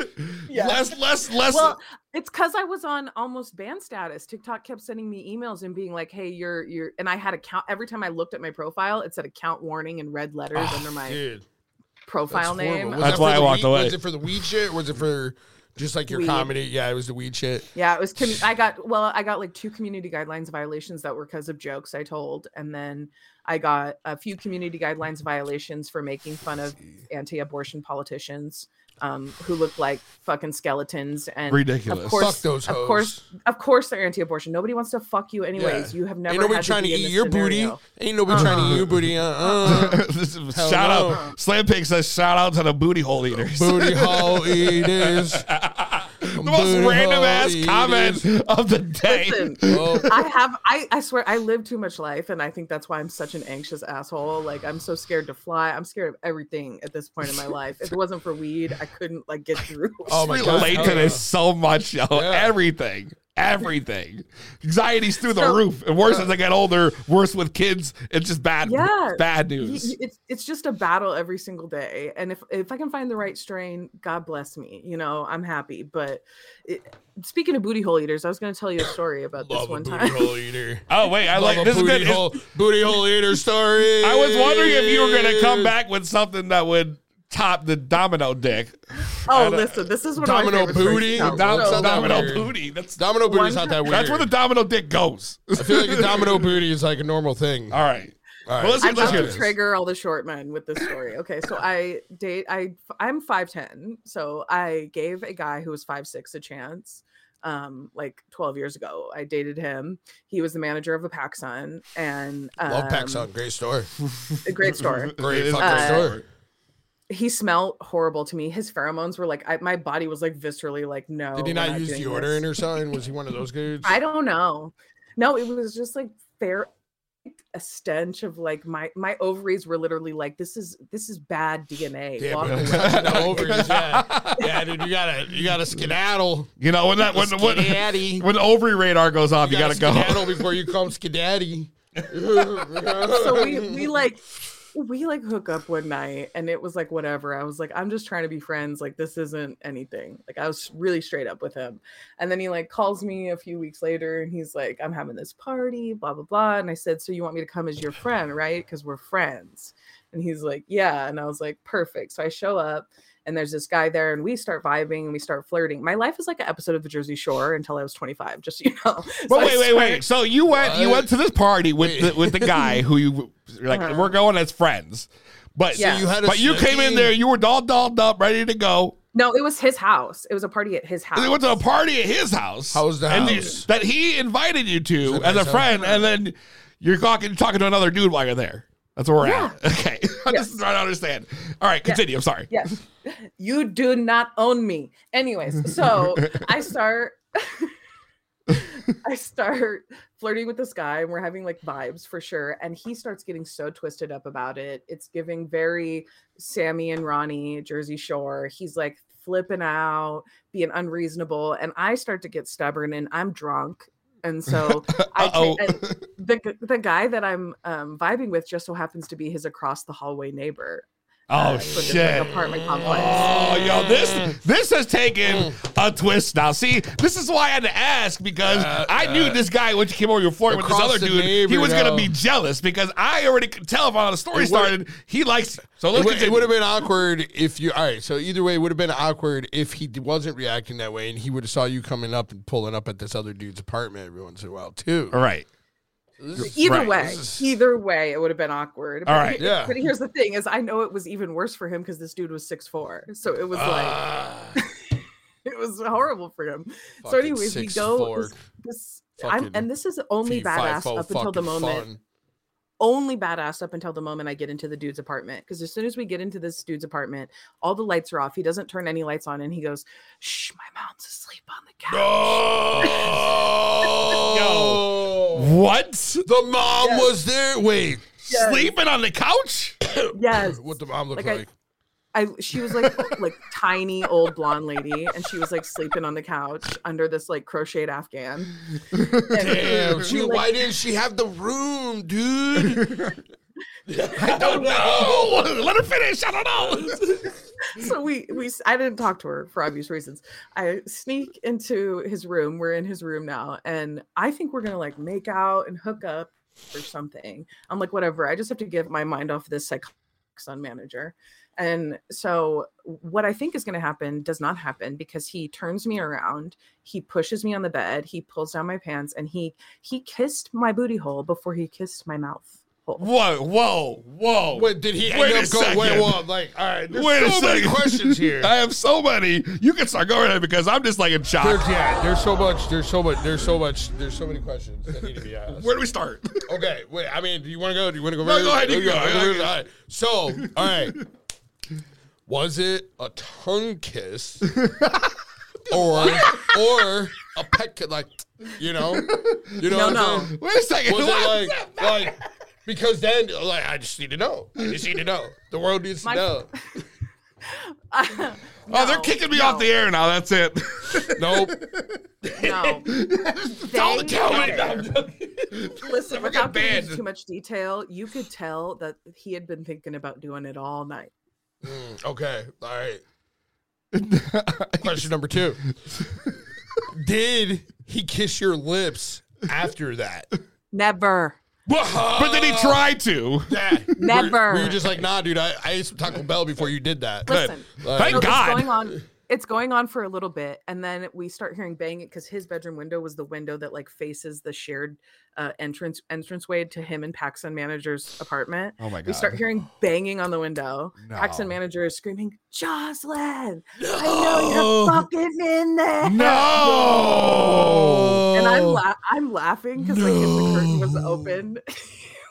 Speaker 13: Yeah.
Speaker 2: Less, less, less.
Speaker 13: well, it's because I was on almost ban status. TikTok kept sending me emails and being like, "Hey, you're you're," and I had a count. Every time I looked at my profile, it said account warning in red letters under my
Speaker 3: Dude, Ah, that's
Speaker 13: profile
Speaker 3: horrible.
Speaker 13: name.
Speaker 3: Was
Speaker 2: That's
Speaker 3: that
Speaker 2: why
Speaker 3: for
Speaker 2: I
Speaker 3: the
Speaker 2: walked
Speaker 3: weed-
Speaker 2: away.
Speaker 3: Was it for the weed shit? Or was it for just like your
Speaker 13: Weed.
Speaker 3: comedy? Yeah, it was the weed shit.
Speaker 13: Yeah, it was. Com- I got well. I got like two community guidelines violations that were because of jokes I told, and then I got a few community guidelines violations for making fun of anti-abortion politicians um, who look like fucking skeletons and
Speaker 2: Ridiculous.
Speaker 13: Of course,
Speaker 3: Fuck those
Speaker 13: Of course,
Speaker 3: hoes.
Speaker 13: of course, they're anti-abortion. Nobody wants to fuck you anyways.
Speaker 3: Yeah.
Speaker 13: You have never.
Speaker 3: Ain't nobody
Speaker 13: had
Speaker 3: trying to,
Speaker 13: be in
Speaker 3: eat
Speaker 13: this
Speaker 3: your
Speaker 13: scenario.
Speaker 3: booty. Ain't nobody trying to eat your booty. Uh uh
Speaker 2: This is-
Speaker 3: Hell
Speaker 2: shout
Speaker 3: no.
Speaker 2: out. Slam Pig says shout out to the booty hole eaters.
Speaker 3: booty hole eaters.
Speaker 2: the most
Speaker 3: booty
Speaker 2: random
Speaker 3: hole
Speaker 2: ass comment of the day.
Speaker 13: Listen,
Speaker 3: Oh,
Speaker 13: I have I, I swear I live too much life and I think that's why I'm such an anxious asshole. Like I'm so scared to fly. I'm scared of everything at this point in my life. If it wasn't for weed, I couldn't like get through.
Speaker 3: oh my god.
Speaker 2: relate to
Speaker 3: hell
Speaker 2: this so much, yo.
Speaker 3: Yeah.
Speaker 2: Everything. Everything. Anxiety's through the
Speaker 13: So- uh,
Speaker 2: roof. And worse as I get older, worse with kids. It's just bad
Speaker 13: Yeah.
Speaker 2: bad
Speaker 13: Y-
Speaker 2: news.
Speaker 13: y- It's it's just a battle every single day, and if if I can find the right strain, God bless me. You know, I'm happy. But it, speaking of booty hole eaters, I was going to tell you a story about
Speaker 3: yeah.
Speaker 13: this
Speaker 3: Oh, Love a
Speaker 13: one
Speaker 3: booty
Speaker 13: time.
Speaker 3: hole eater.
Speaker 2: oh wait, I like
Speaker 3: Love a
Speaker 2: this is
Speaker 3: booty
Speaker 2: good.
Speaker 3: hole, booty hole eater story.
Speaker 2: I was wondering if you were gonna come back with something that would top the domino dick.
Speaker 13: Oh,
Speaker 2: And, uh,
Speaker 13: listen, this is one
Speaker 3: Domino
Speaker 13: of my favorite
Speaker 3: booty?
Speaker 13: stories.
Speaker 3: Dom-
Speaker 2: Dom-
Speaker 3: so
Speaker 2: domino
Speaker 3: weird.
Speaker 2: booty. That's
Speaker 3: Domino booty's
Speaker 13: One
Speaker 3: not that weird.
Speaker 2: that's where the domino dick goes.
Speaker 3: I feel like a domino booty is like a normal thing.
Speaker 2: All right.
Speaker 3: All right.
Speaker 2: Well, let's,
Speaker 13: I'm
Speaker 2: let's
Speaker 13: about
Speaker 2: hear
Speaker 13: to
Speaker 2: this.
Speaker 13: trigger all the short men with this story. Okay, so I date I I'm five ten, so I gave a guy who was five six a chance. Um, like twelve years ago, I dated him. He was the manager of a PacSun, and um,
Speaker 3: Love Pack Sun. Great store.
Speaker 13: a great store.
Speaker 3: Great fucking
Speaker 13: Uh,
Speaker 3: store.
Speaker 13: He smelled horrible to me. His pheromones were like I, my body was like viscerally like no.
Speaker 3: Did he
Speaker 13: we're
Speaker 3: not use
Speaker 13: doing
Speaker 3: deodorant
Speaker 13: this.
Speaker 3: or something? Was he one of those dudes?
Speaker 13: I don't know. No, it was just like fair a stench of like my my ovaries were literally like this is this is bad DNA.
Speaker 3: Damn,
Speaker 13: Walk
Speaker 3: it was
Speaker 13: away.
Speaker 3: in the ovaries, yeah. yeah, dude, you gotta, you gotta skedaddle.
Speaker 2: You know when that when when,
Speaker 3: Skedaddle.
Speaker 2: when the ovary radar goes off, you, gotta,
Speaker 3: skedaddle
Speaker 2: go.
Speaker 3: before you come skedaddy.
Speaker 13: so we we like we like hook up one night and it was like whatever i was like i'm just trying to be friends like this isn't anything like i was really straight up with him and then he like calls me a few weeks later and he's like i'm having this party blah blah blah and i said so you want me to come as your friend right because we're friends And he's like, yeah. And I was like, perfect. So I show up and there's this guy there and we start vibing and we start flirting. My life is like an episode of the Jersey Shore until I was 25, just, so you know. So
Speaker 2: But
Speaker 13: I
Speaker 2: wait, wait,
Speaker 13: start-
Speaker 2: wait. So you went you went to this party with the, with the guy who you you're like
Speaker 13: Uh-huh.
Speaker 2: we're going as friends, but
Speaker 13: So you had a
Speaker 2: but you came in there you were all dolled up ready to go.
Speaker 13: No, it was his house. It was a party at his house.
Speaker 2: And they went to a party at his house. How's
Speaker 3: the
Speaker 2: and
Speaker 3: house?
Speaker 2: you- that he invited you to
Speaker 3: a
Speaker 2: as
Speaker 3: nice
Speaker 2: a
Speaker 3: house.
Speaker 2: friend, and then you're talking talking to another dude while you're there. That's where we're at. Okay, I'm just trying to understand. All right, continue. I'm sorry.
Speaker 13: Yes. You do not own me. Anyways, so I start I start flirting with this guy and we're having like vibes for sure and he starts getting so twisted up about it. It's giving very Sammy and Ronnie Jersey Shore. He's like flipping out, being unreasonable and I start to get stubborn and I'm drunk. And so I
Speaker 2: Uh-oh.
Speaker 13: ta- and the g- the guy that I'm um, vibing with just so happens to be his across the hallway neighbor.
Speaker 2: Oh
Speaker 13: for this, Uh, like,
Speaker 2: shit.
Speaker 13: apartment complex.
Speaker 2: Oh, yo, this this has taken
Speaker 3: Mm.
Speaker 2: a twist now. See, this is why I had to ask because I knew this guy when you came over your floor with this
Speaker 3: Across
Speaker 2: other
Speaker 3: the
Speaker 2: dude, he
Speaker 3: neighbor,
Speaker 2: was gonna
Speaker 3: though.
Speaker 2: be jealous because I already could tell if the story
Speaker 3: It would've-
Speaker 2: started, he likes you. So
Speaker 3: it
Speaker 2: let's
Speaker 3: would,
Speaker 2: continue.
Speaker 3: have been awkward if you. All right, so either way, it would have been awkward if he d- wasn't reacting that way, and he would have saw you coming up and pulling up at this other dude's apartment every once in a while too.
Speaker 2: All right.
Speaker 13: Either
Speaker 3: Right.
Speaker 13: way,
Speaker 3: This is-
Speaker 13: either way, it would have been awkward.
Speaker 2: All
Speaker 13: But
Speaker 2: right,
Speaker 13: he-
Speaker 2: yeah.
Speaker 13: But here's the thing: is I know it was even worse for him because this dude was six four, so it was
Speaker 2: Ah.
Speaker 13: like it was horrible for him. So,
Speaker 3: Fucking
Speaker 13: anyways, we
Speaker 3: 6'4".
Speaker 13: go. This, this I'm,
Speaker 3: Fucking
Speaker 13: and this is only
Speaker 3: Fee,
Speaker 13: badass
Speaker 3: fi-fo,
Speaker 13: up until the
Speaker 3: fucking
Speaker 13: moment.
Speaker 3: fun.
Speaker 13: Only badass up until the moment I get into the dude's apartment. Because as soon as we get into this dude's apartment, all the lights are off. He doesn't turn any lights on, and he goes, "Shh, my mom's asleep on the couch."
Speaker 3: Oh!
Speaker 2: Yo, what? The
Speaker 3: Mom
Speaker 13: Yes.
Speaker 3: was there. Wait,
Speaker 13: Yes.
Speaker 2: sleeping on the couch?
Speaker 13: Yes.
Speaker 3: what the mom looked
Speaker 13: Like I-
Speaker 3: like?
Speaker 13: I she was like like tiny old blonde lady, and she was like sleeping on the couch under this like crocheted afghan.
Speaker 3: Damn, she.
Speaker 13: we, like-
Speaker 3: why didn't she have the room, dude?
Speaker 2: I don't know. Let her finish. I don't know.
Speaker 13: So we we s- I didn't talk to her for obvious reasons. I sneak into his room. We're in his room now, and I think we're gonna like make out and hook up or something. I'm like whatever. I just have to get my mind off this psychotic son manager. And so what I think is going to happen does not happen because he turns me around, he pushes me on the bed, he pulls down my pants, and he he kissed my booty hole before he kissed my mouth hole.
Speaker 2: Whoa, whoa, whoa.
Speaker 3: Wait, did he
Speaker 2: Wait
Speaker 3: end
Speaker 2: a
Speaker 3: up going? Wait,
Speaker 2: second.
Speaker 3: well, like, all right. There's
Speaker 2: Wait
Speaker 3: so
Speaker 2: a second.
Speaker 3: many questions here.
Speaker 2: I have so many. You can start going ahead because I'm just like in shock.
Speaker 3: There's, yeah, there's so much. There's so much. There's so much. There's so many questions that need to be asked.
Speaker 2: Where do we start?
Speaker 3: Okay, wait. I mean, do you want to go? Do you want to go?
Speaker 2: No,
Speaker 3: first?
Speaker 2: go ahead, you
Speaker 3: Okay,
Speaker 2: go.
Speaker 3: okay,
Speaker 2: Yeah,
Speaker 3: okay. All right. So, all right. Was it a tongue kiss, or or a peck kiss? Like, you know, you know. what I'm
Speaker 13: No, no.
Speaker 3: saying?
Speaker 2: Wait a second.
Speaker 3: Was
Speaker 2: Why
Speaker 3: it like like? Because then, like, I just need to know. I just need to know. The world needs to
Speaker 13: My-
Speaker 3: know.
Speaker 2: oh, they're
Speaker 13: No,
Speaker 2: kicking me
Speaker 13: no,
Speaker 2: off the air now. That's it.
Speaker 3: Nope.
Speaker 13: No.
Speaker 2: Tell
Speaker 13: They-
Speaker 2: tell me.
Speaker 13: okay. Listen,
Speaker 2: I'm gonna get
Speaker 13: without getting into
Speaker 2: banned.
Speaker 13: too much detail, you could tell that he had been thinking about doing it all night.
Speaker 3: Mm, okay. All right. Question number two. Did he kiss your lips after that?
Speaker 13: Never.
Speaker 2: but then he tried to.
Speaker 3: Oh. Yeah.
Speaker 13: Never.
Speaker 3: We were just like, nah, dude, I, I ate some Taco Bell before you did that.
Speaker 13: Listen.
Speaker 3: Like,
Speaker 2: Thank
Speaker 13: it's
Speaker 2: God.
Speaker 13: going on. It's going on for a little bit, and then we start hearing banging because his bedroom window was the window that like faces the shared uh, entrance entranceway to him and Paxton manager's apartment.
Speaker 2: Oh my
Speaker 13: We start hearing banging on the window. Paxton manager is screaming, "Jocelyn, I know you're fucking in there!"
Speaker 3: Oh.
Speaker 2: No.
Speaker 13: And I'm la- I'm laughing because like if the curtain was open,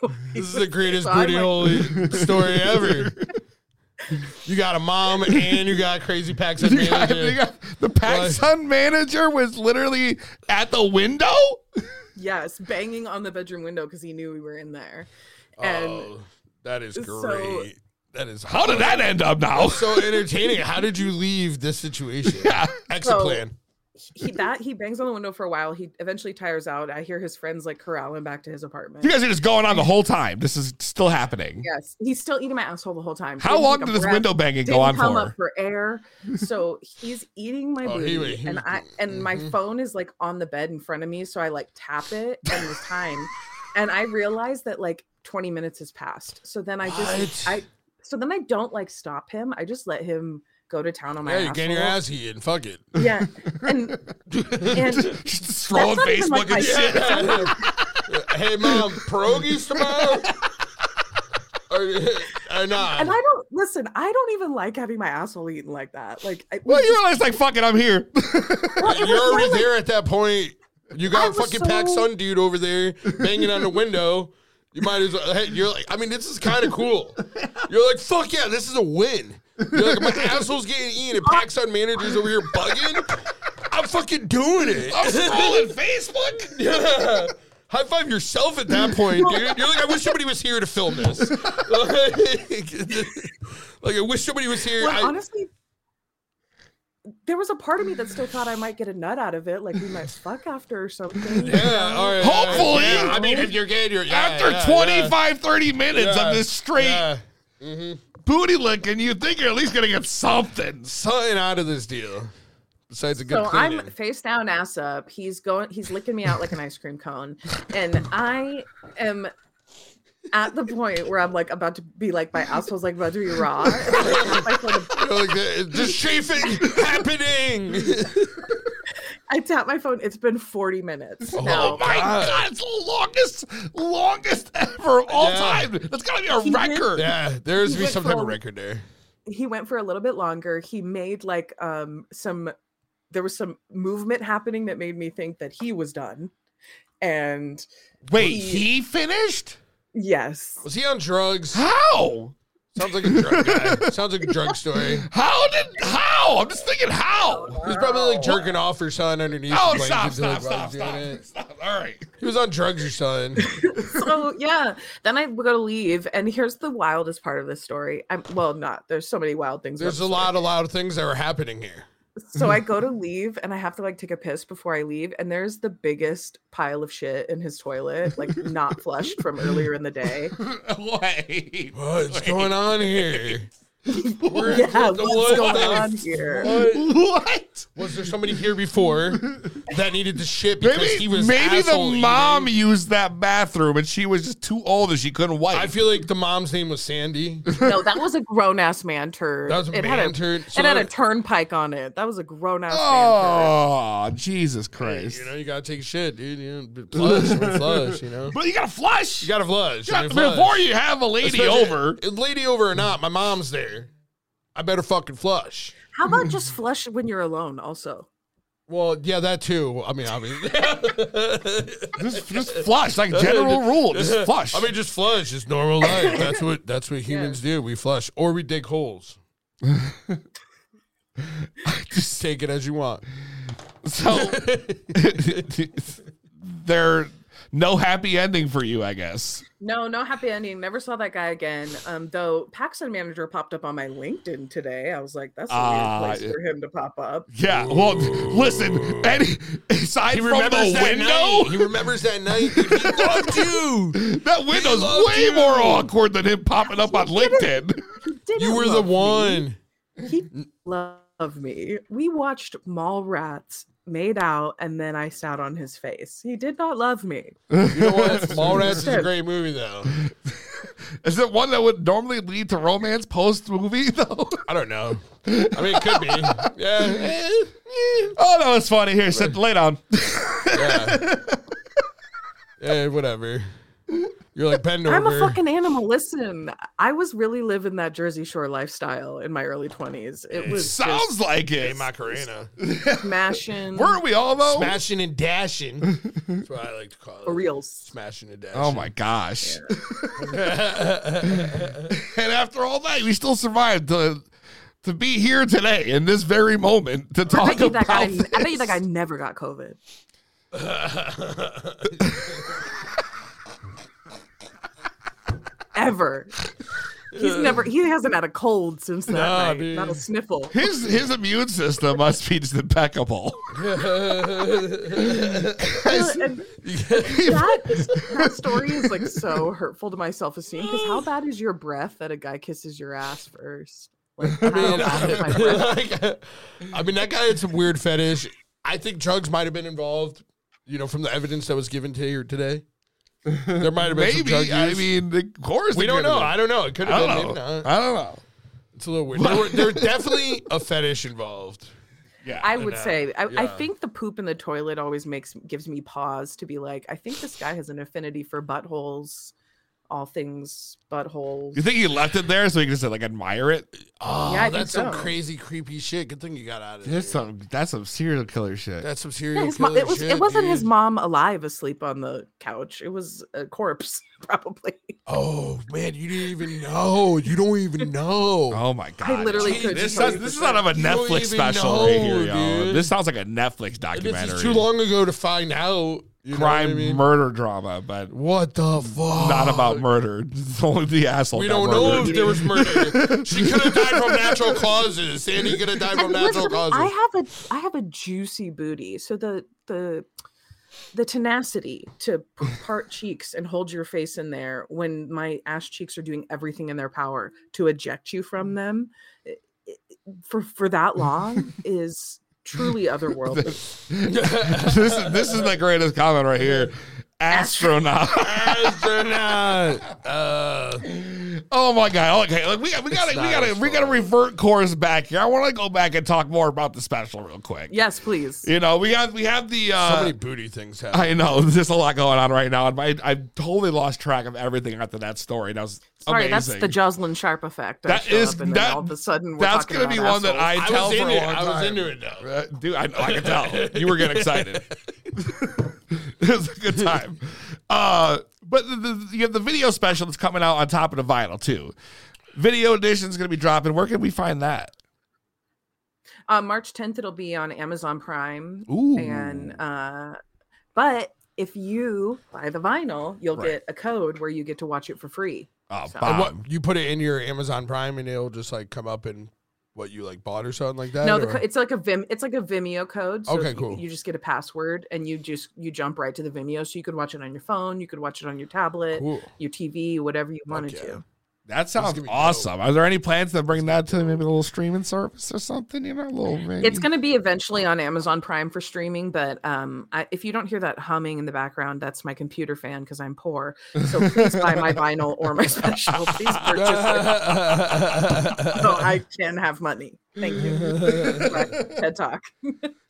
Speaker 3: this is the greatest
Speaker 13: So I'm
Speaker 3: booty
Speaker 13: like-
Speaker 3: hole story ever. You got a mom and you got crazy packs of
Speaker 2: You got- you
Speaker 3: manager.
Speaker 2: got- the Pac Sun manager was literally at the window?
Speaker 13: yes, banging on the bedroom window because he knew we were in there. And
Speaker 3: Oh, that is
Speaker 13: So-
Speaker 3: great. that is
Speaker 2: How did that end up now?
Speaker 3: so entertaining. How did you leave this situation?
Speaker 2: Yeah.
Speaker 3: Exit
Speaker 13: So-
Speaker 3: plan.
Speaker 13: he that he bangs on the window for a while. He eventually tires out. I hear his friends like corral him back to his apartment.
Speaker 2: You guys are just going on the whole time. This is still happening.
Speaker 13: Yes, he's still eating my asshole the whole time.
Speaker 2: How
Speaker 13: Didn't
Speaker 2: long
Speaker 13: take a
Speaker 2: did this
Speaker 13: breath,
Speaker 2: window banging
Speaker 13: didn't
Speaker 2: go on
Speaker 13: come
Speaker 2: for?
Speaker 13: up for air. So he's eating my
Speaker 3: Oh,
Speaker 13: booty,
Speaker 3: he was- he
Speaker 13: and
Speaker 3: was-
Speaker 13: I and my
Speaker 3: mhm.
Speaker 13: phone is like on the bed in front of me. So I like tap it, and this time, and I realize that like 20 minutes has passed. So then I just I so then I don't like stop him. I just let him go to town on my
Speaker 3: Yeah, you get your
Speaker 13: asshole.
Speaker 3: ass eaten. Fuck it.
Speaker 13: Yeah. And and
Speaker 3: Just throwing
Speaker 13: that's not even,
Speaker 3: Facebook
Speaker 13: like, my
Speaker 3: and shit.
Speaker 13: favorite.
Speaker 3: hey mom, pierogies tomorrow? or, or not?
Speaker 13: And I don't listen, I don't even like having my asshole eaten like that. Like I,
Speaker 2: Well, you realize, like, fuck it, I'm here.
Speaker 3: You're already there at that point. You
Speaker 13: I
Speaker 3: got
Speaker 13: was
Speaker 3: fucking Pac
Speaker 13: so-
Speaker 3: Sun dude over there banging on the window. You might as well. Hey, you're like, I mean, this is kind of cool. You're like, fuck yeah, this is a win. You're like, my asshole's getting eaten, and Pac Sun manager's over here bugging. I'm fucking doing it.
Speaker 16: I'm scrolling Facebook.
Speaker 3: Yeah. High five yourself at that point, dude. You're like, I wish somebody was here to film this. like, like, I wish somebody was here. I-
Speaker 13: Well, honestly, there was a part of me that still thought I might get a nut out of it, like we might fuck after or something. you
Speaker 3: yeah,
Speaker 13: know?
Speaker 3: all right,
Speaker 2: Hopefully.
Speaker 3: yeah, I mean, if you're getting your yeah,
Speaker 2: After
Speaker 3: yeah, yeah.
Speaker 2: 25, 30 minutes
Speaker 3: Yeah,
Speaker 2: of this straight
Speaker 3: yeah.
Speaker 2: booty licking, you think you're at least going to get something.
Speaker 3: something out of this deal besides a good
Speaker 13: So
Speaker 3: cleaning.
Speaker 13: I'm face down, ass up. He's going, he's licking me out like an ice cream cone, and I am at the point where I'm like about to be like my asshole's like about to be raw. And I, tap my phone to-
Speaker 3: You know, like the, the chafing happening.
Speaker 13: I tap my phone. It's been 40 minutes. now.
Speaker 2: Oh my
Speaker 3: God.
Speaker 2: god. it's the longest, longest ever of all
Speaker 3: Yeah.
Speaker 2: time. That's gotta be a
Speaker 13: He did-
Speaker 2: record.
Speaker 3: Yeah, there's
Speaker 13: You
Speaker 3: be
Speaker 13: went
Speaker 3: some type of
Speaker 13: from-
Speaker 3: record there.
Speaker 13: he went for a little bit longer. He made like um some there was some movement happening that made me think that he was done. And
Speaker 2: Wait,
Speaker 13: he-
Speaker 2: he finished?
Speaker 13: yes.
Speaker 3: Was he on drugs?
Speaker 2: How?
Speaker 3: Sounds like a drug guy. Sounds like a drug story.
Speaker 2: How did how? I'm just thinking how.
Speaker 3: He's probably like jerking off or something underneath.
Speaker 2: Oh,
Speaker 3: the
Speaker 2: stop,
Speaker 3: blankets and,
Speaker 2: stop,
Speaker 3: like, while
Speaker 2: stop,
Speaker 3: he's doing
Speaker 2: stop, stop.
Speaker 3: it.
Speaker 2: All right.
Speaker 3: He was on drugs or something.
Speaker 13: So yeah. Then I go to leave. And here's the wildest part of this story. I'm well not. There's so many wild things. about
Speaker 3: There's
Speaker 13: this
Speaker 3: a
Speaker 13: story.
Speaker 3: lot, a lot of things that were happening here.
Speaker 13: So I go to leave and I have to like take a piss before I leave. And there's the biggest pile of shit in his toilet, like not flushed from earlier in the day.
Speaker 2: Wait.
Speaker 3: What's going on here? Where-
Speaker 13: yeah,
Speaker 3: what the-
Speaker 13: what's
Speaker 3: what
Speaker 13: going
Speaker 3: the-
Speaker 13: on here?
Speaker 2: What?
Speaker 3: Was there somebody here before that needed to shit because
Speaker 2: Maybe,
Speaker 3: he was
Speaker 2: maybe the
Speaker 3: asshole-eating?
Speaker 2: mom used that bathroom and she was just too old and she couldn't wipe.
Speaker 3: I feel like the mom's name was Sandy.
Speaker 13: No, that was a grown ass man turd.
Speaker 3: That was a
Speaker 13: it
Speaker 3: man
Speaker 13: had a,
Speaker 3: turd, so
Speaker 13: it had a
Speaker 3: that-
Speaker 13: turnpike on it. That was a grown ass man turd.
Speaker 2: oh, Jesus Christ.
Speaker 3: You know, you gotta take a shit, dude. You know, flush, you know, flush. You know,
Speaker 2: but you gotta flush.
Speaker 3: you gotta flush.
Speaker 2: Yeah,
Speaker 3: You gotta flush.
Speaker 2: before you have a lady
Speaker 3: Especially-
Speaker 2: over.
Speaker 3: lady over or not, my mom's there. I better fucking flush.
Speaker 13: How about just flush when you're alone? Also,
Speaker 3: Well, yeah, that too. I mean, obviously.
Speaker 2: Just, just flush, like general rule. Just flush.
Speaker 3: I mean, just flush. Just normal life. That's what that's what humans do. We flush or we dig holes. just take it as you want.
Speaker 2: so there no happy ending for you, I guess.
Speaker 13: no, no happy ending. Never saw that guy again. Um, though Paxton manager popped up on my LinkedIn today. I was like, that's a
Speaker 2: Ah,
Speaker 13: weird place
Speaker 2: yeah.
Speaker 13: for him to pop up.
Speaker 2: Yeah. Well, listen. Any, aside from the
Speaker 3: that night.
Speaker 2: window,
Speaker 3: He remembers that night. dude. He loved you.
Speaker 2: that window's
Speaker 3: loved
Speaker 2: way
Speaker 3: you.
Speaker 2: more awkward than him popping up on LinkedIn.
Speaker 13: He didn't
Speaker 3: You were the
Speaker 13: love me.
Speaker 3: one.
Speaker 13: He loved me. We watched Mallrats made out, and then I sat on his face. He did not love me.
Speaker 3: You know what? Mallrats is a
Speaker 13: Sure.
Speaker 3: great movie, though.
Speaker 2: Is it one that would normally lead to romance post movie though?
Speaker 3: I don't know. I mean, it could be. Yeah. Eh, eh.
Speaker 2: Oh, that was funny. Here, sit, lay down.
Speaker 3: Yeah. yeah, whatever. You're like bend over.
Speaker 13: I'm a fucking animal. Listen, I was really living that Jersey Shore lifestyle in my early 20s. It was
Speaker 2: Sounds like
Speaker 3: Hey,
Speaker 2: it.
Speaker 3: Macarena.
Speaker 13: just smashing
Speaker 2: Weren't we all though?
Speaker 3: Smashing and dashing. That's what I like to call it.
Speaker 13: for reals.
Speaker 3: Smashing and dashing.
Speaker 2: Oh my gosh. and after all that, we still survived to to be here today in this very moment to
Speaker 13: I
Speaker 2: talk
Speaker 13: bet, you that
Speaker 2: about
Speaker 13: guy, I
Speaker 2: this.
Speaker 13: bet you that guy never got COVID. Ever. He's never, he hasn't had a cold since that
Speaker 3: Nah,
Speaker 13: night.
Speaker 3: dude.
Speaker 13: Not a sniffle.
Speaker 2: His his immune system must be just impeccable.
Speaker 13: And that, is, that story is like so hurtful to my self esteem because how bad is your breath that a guy kisses your ass first? Like, how bad is my breath?
Speaker 3: Like, I mean, that guy had some weird fetish. I think drugs might have been involved, you know, from the evidence that was given to you today. There might have been some
Speaker 2: Maybe.
Speaker 3: drug
Speaker 2: I
Speaker 3: use.
Speaker 2: mean, of course
Speaker 3: we
Speaker 2: it
Speaker 3: don't
Speaker 2: could have
Speaker 3: know.
Speaker 2: been.
Speaker 3: I don't know. It could
Speaker 2: I
Speaker 3: have
Speaker 2: don't
Speaker 3: been. Maybe
Speaker 2: know.
Speaker 3: not.
Speaker 2: I don't know.
Speaker 3: It's a little weird. There were, there definitely a fetish involved.
Speaker 2: Yeah,
Speaker 13: I would say I, I
Speaker 3: uh, Yeah.
Speaker 13: think the poop in the toilet always makes gives me pause to be like, I think this guy has an affinity for buttholes, all things buttholes.
Speaker 2: You think he left it there so he could just like admire it?
Speaker 3: Oh,
Speaker 13: Yeah, I think
Speaker 3: that's some
Speaker 13: so.
Speaker 3: crazy, creepy shit. Good thing you got out of there.
Speaker 2: That's some that's some serial killer shit.
Speaker 3: That's some
Speaker 13: Yeah,
Speaker 3: serial
Speaker 13: his mo-
Speaker 3: killer
Speaker 13: it was
Speaker 3: shit.
Speaker 13: it wasn't his
Speaker 3: dude.
Speaker 13: mom alive asleep on the couch. It was a corpse, probably.
Speaker 3: Oh man, you didn't even know. You don't even know.
Speaker 2: Oh my god!
Speaker 13: I literally
Speaker 3: Jeez,
Speaker 13: could
Speaker 2: this
Speaker 13: tell
Speaker 2: sounds,
Speaker 13: you
Speaker 2: this
Speaker 13: for
Speaker 2: is not of a
Speaker 3: You don't
Speaker 2: Netflix
Speaker 3: even
Speaker 2: special
Speaker 3: know,
Speaker 2: right here, y'all.
Speaker 3: dude.
Speaker 2: This sounds like a Netflix
Speaker 3: this
Speaker 2: documentary.
Speaker 3: is too long ago to find out. You know what I
Speaker 2: crime
Speaker 3: mean?
Speaker 2: murder drama, but
Speaker 3: What the fuck?
Speaker 2: not about murder. It's only the asshole.
Speaker 3: We
Speaker 2: got
Speaker 3: don't know
Speaker 2: murdered.
Speaker 3: if there was murder. she could have died from natural causes. Sandy could have died from
Speaker 13: And
Speaker 3: natural
Speaker 13: listen, I
Speaker 3: causes.
Speaker 13: have a I have a juicy booty, so the the the tenacity to p- part cheeks and hold your face in there when my ass cheeks are doing everything in their power to eject you
Speaker 2: Mm.
Speaker 13: from them i- i- for for that long is truly otherworldly.
Speaker 2: this is this is the greatest comment right here. Astronaut.
Speaker 3: Astronaut. Uh,
Speaker 2: oh my god. Okay, look, we, we gotta we
Speaker 3: not
Speaker 2: gotta
Speaker 3: his
Speaker 2: we gotta
Speaker 3: fault.
Speaker 2: revert course back here. I want to go back and talk more about the special real quick.
Speaker 13: yes, please.
Speaker 2: You know, we have we have the uh,
Speaker 3: so many booty things happen.
Speaker 2: I know there's a lot going on right now, and my, I totally lost track of everything after that story. That was
Speaker 13: Sorry,
Speaker 2: amazing.
Speaker 13: that's the Jocelyn Sharp effect. I
Speaker 2: That
Speaker 13: show
Speaker 2: is-
Speaker 13: up and then
Speaker 2: that-
Speaker 13: all of a sudden we're
Speaker 2: that's
Speaker 13: talking
Speaker 2: gonna be
Speaker 13: about
Speaker 2: one that I
Speaker 13: assholes.
Speaker 3: I
Speaker 2: tell
Speaker 3: was
Speaker 2: for
Speaker 3: into
Speaker 2: a
Speaker 3: it.
Speaker 2: long
Speaker 3: I was
Speaker 2: time.
Speaker 3: into it though.
Speaker 2: Uh, dude, I, I can tell you were getting excited. it was a good time. Uh, but the, the, you have the video special that's coming out on top of the vinyl too. Video edition is going to be dropping. Where can we find that?
Speaker 13: Uh, March 10th, it'll be on Amazon Prime.
Speaker 2: Ooh.
Speaker 13: And uh, but if you buy the vinyl, you'll
Speaker 2: Right.
Speaker 13: get a code where you get to watch it for free.
Speaker 2: Oh,
Speaker 13: So-
Speaker 2: bomb.
Speaker 3: What you put it in your Amazon Prime and it'll just like come up in what you like bought or something like that.
Speaker 13: No, the,
Speaker 3: or-
Speaker 13: co- it's like a Vim. It's like a Vimeo code.
Speaker 3: Okay,
Speaker 13: if you-
Speaker 3: cool.
Speaker 13: You, just get a password, and you just you jump right to the Vimeo, so you could watch it on your phone, you could watch it on your tablet,
Speaker 3: cool.
Speaker 13: your TV, whatever you wanted
Speaker 3: yeah.
Speaker 13: to.
Speaker 2: that sounds
Speaker 3: gonna be
Speaker 2: awesome. Are there any plans to bring that to maybe a little streaming service or something? You know, a little. Maybe?
Speaker 13: It's going to be eventually on Amazon Prime for streaming, but um, I, if you don't hear that humming in the background, that's my computer fan because I'm poor. So please buy my vinyl or my special. Please purchase it so I can have money. Thank you. Right, TED Talk.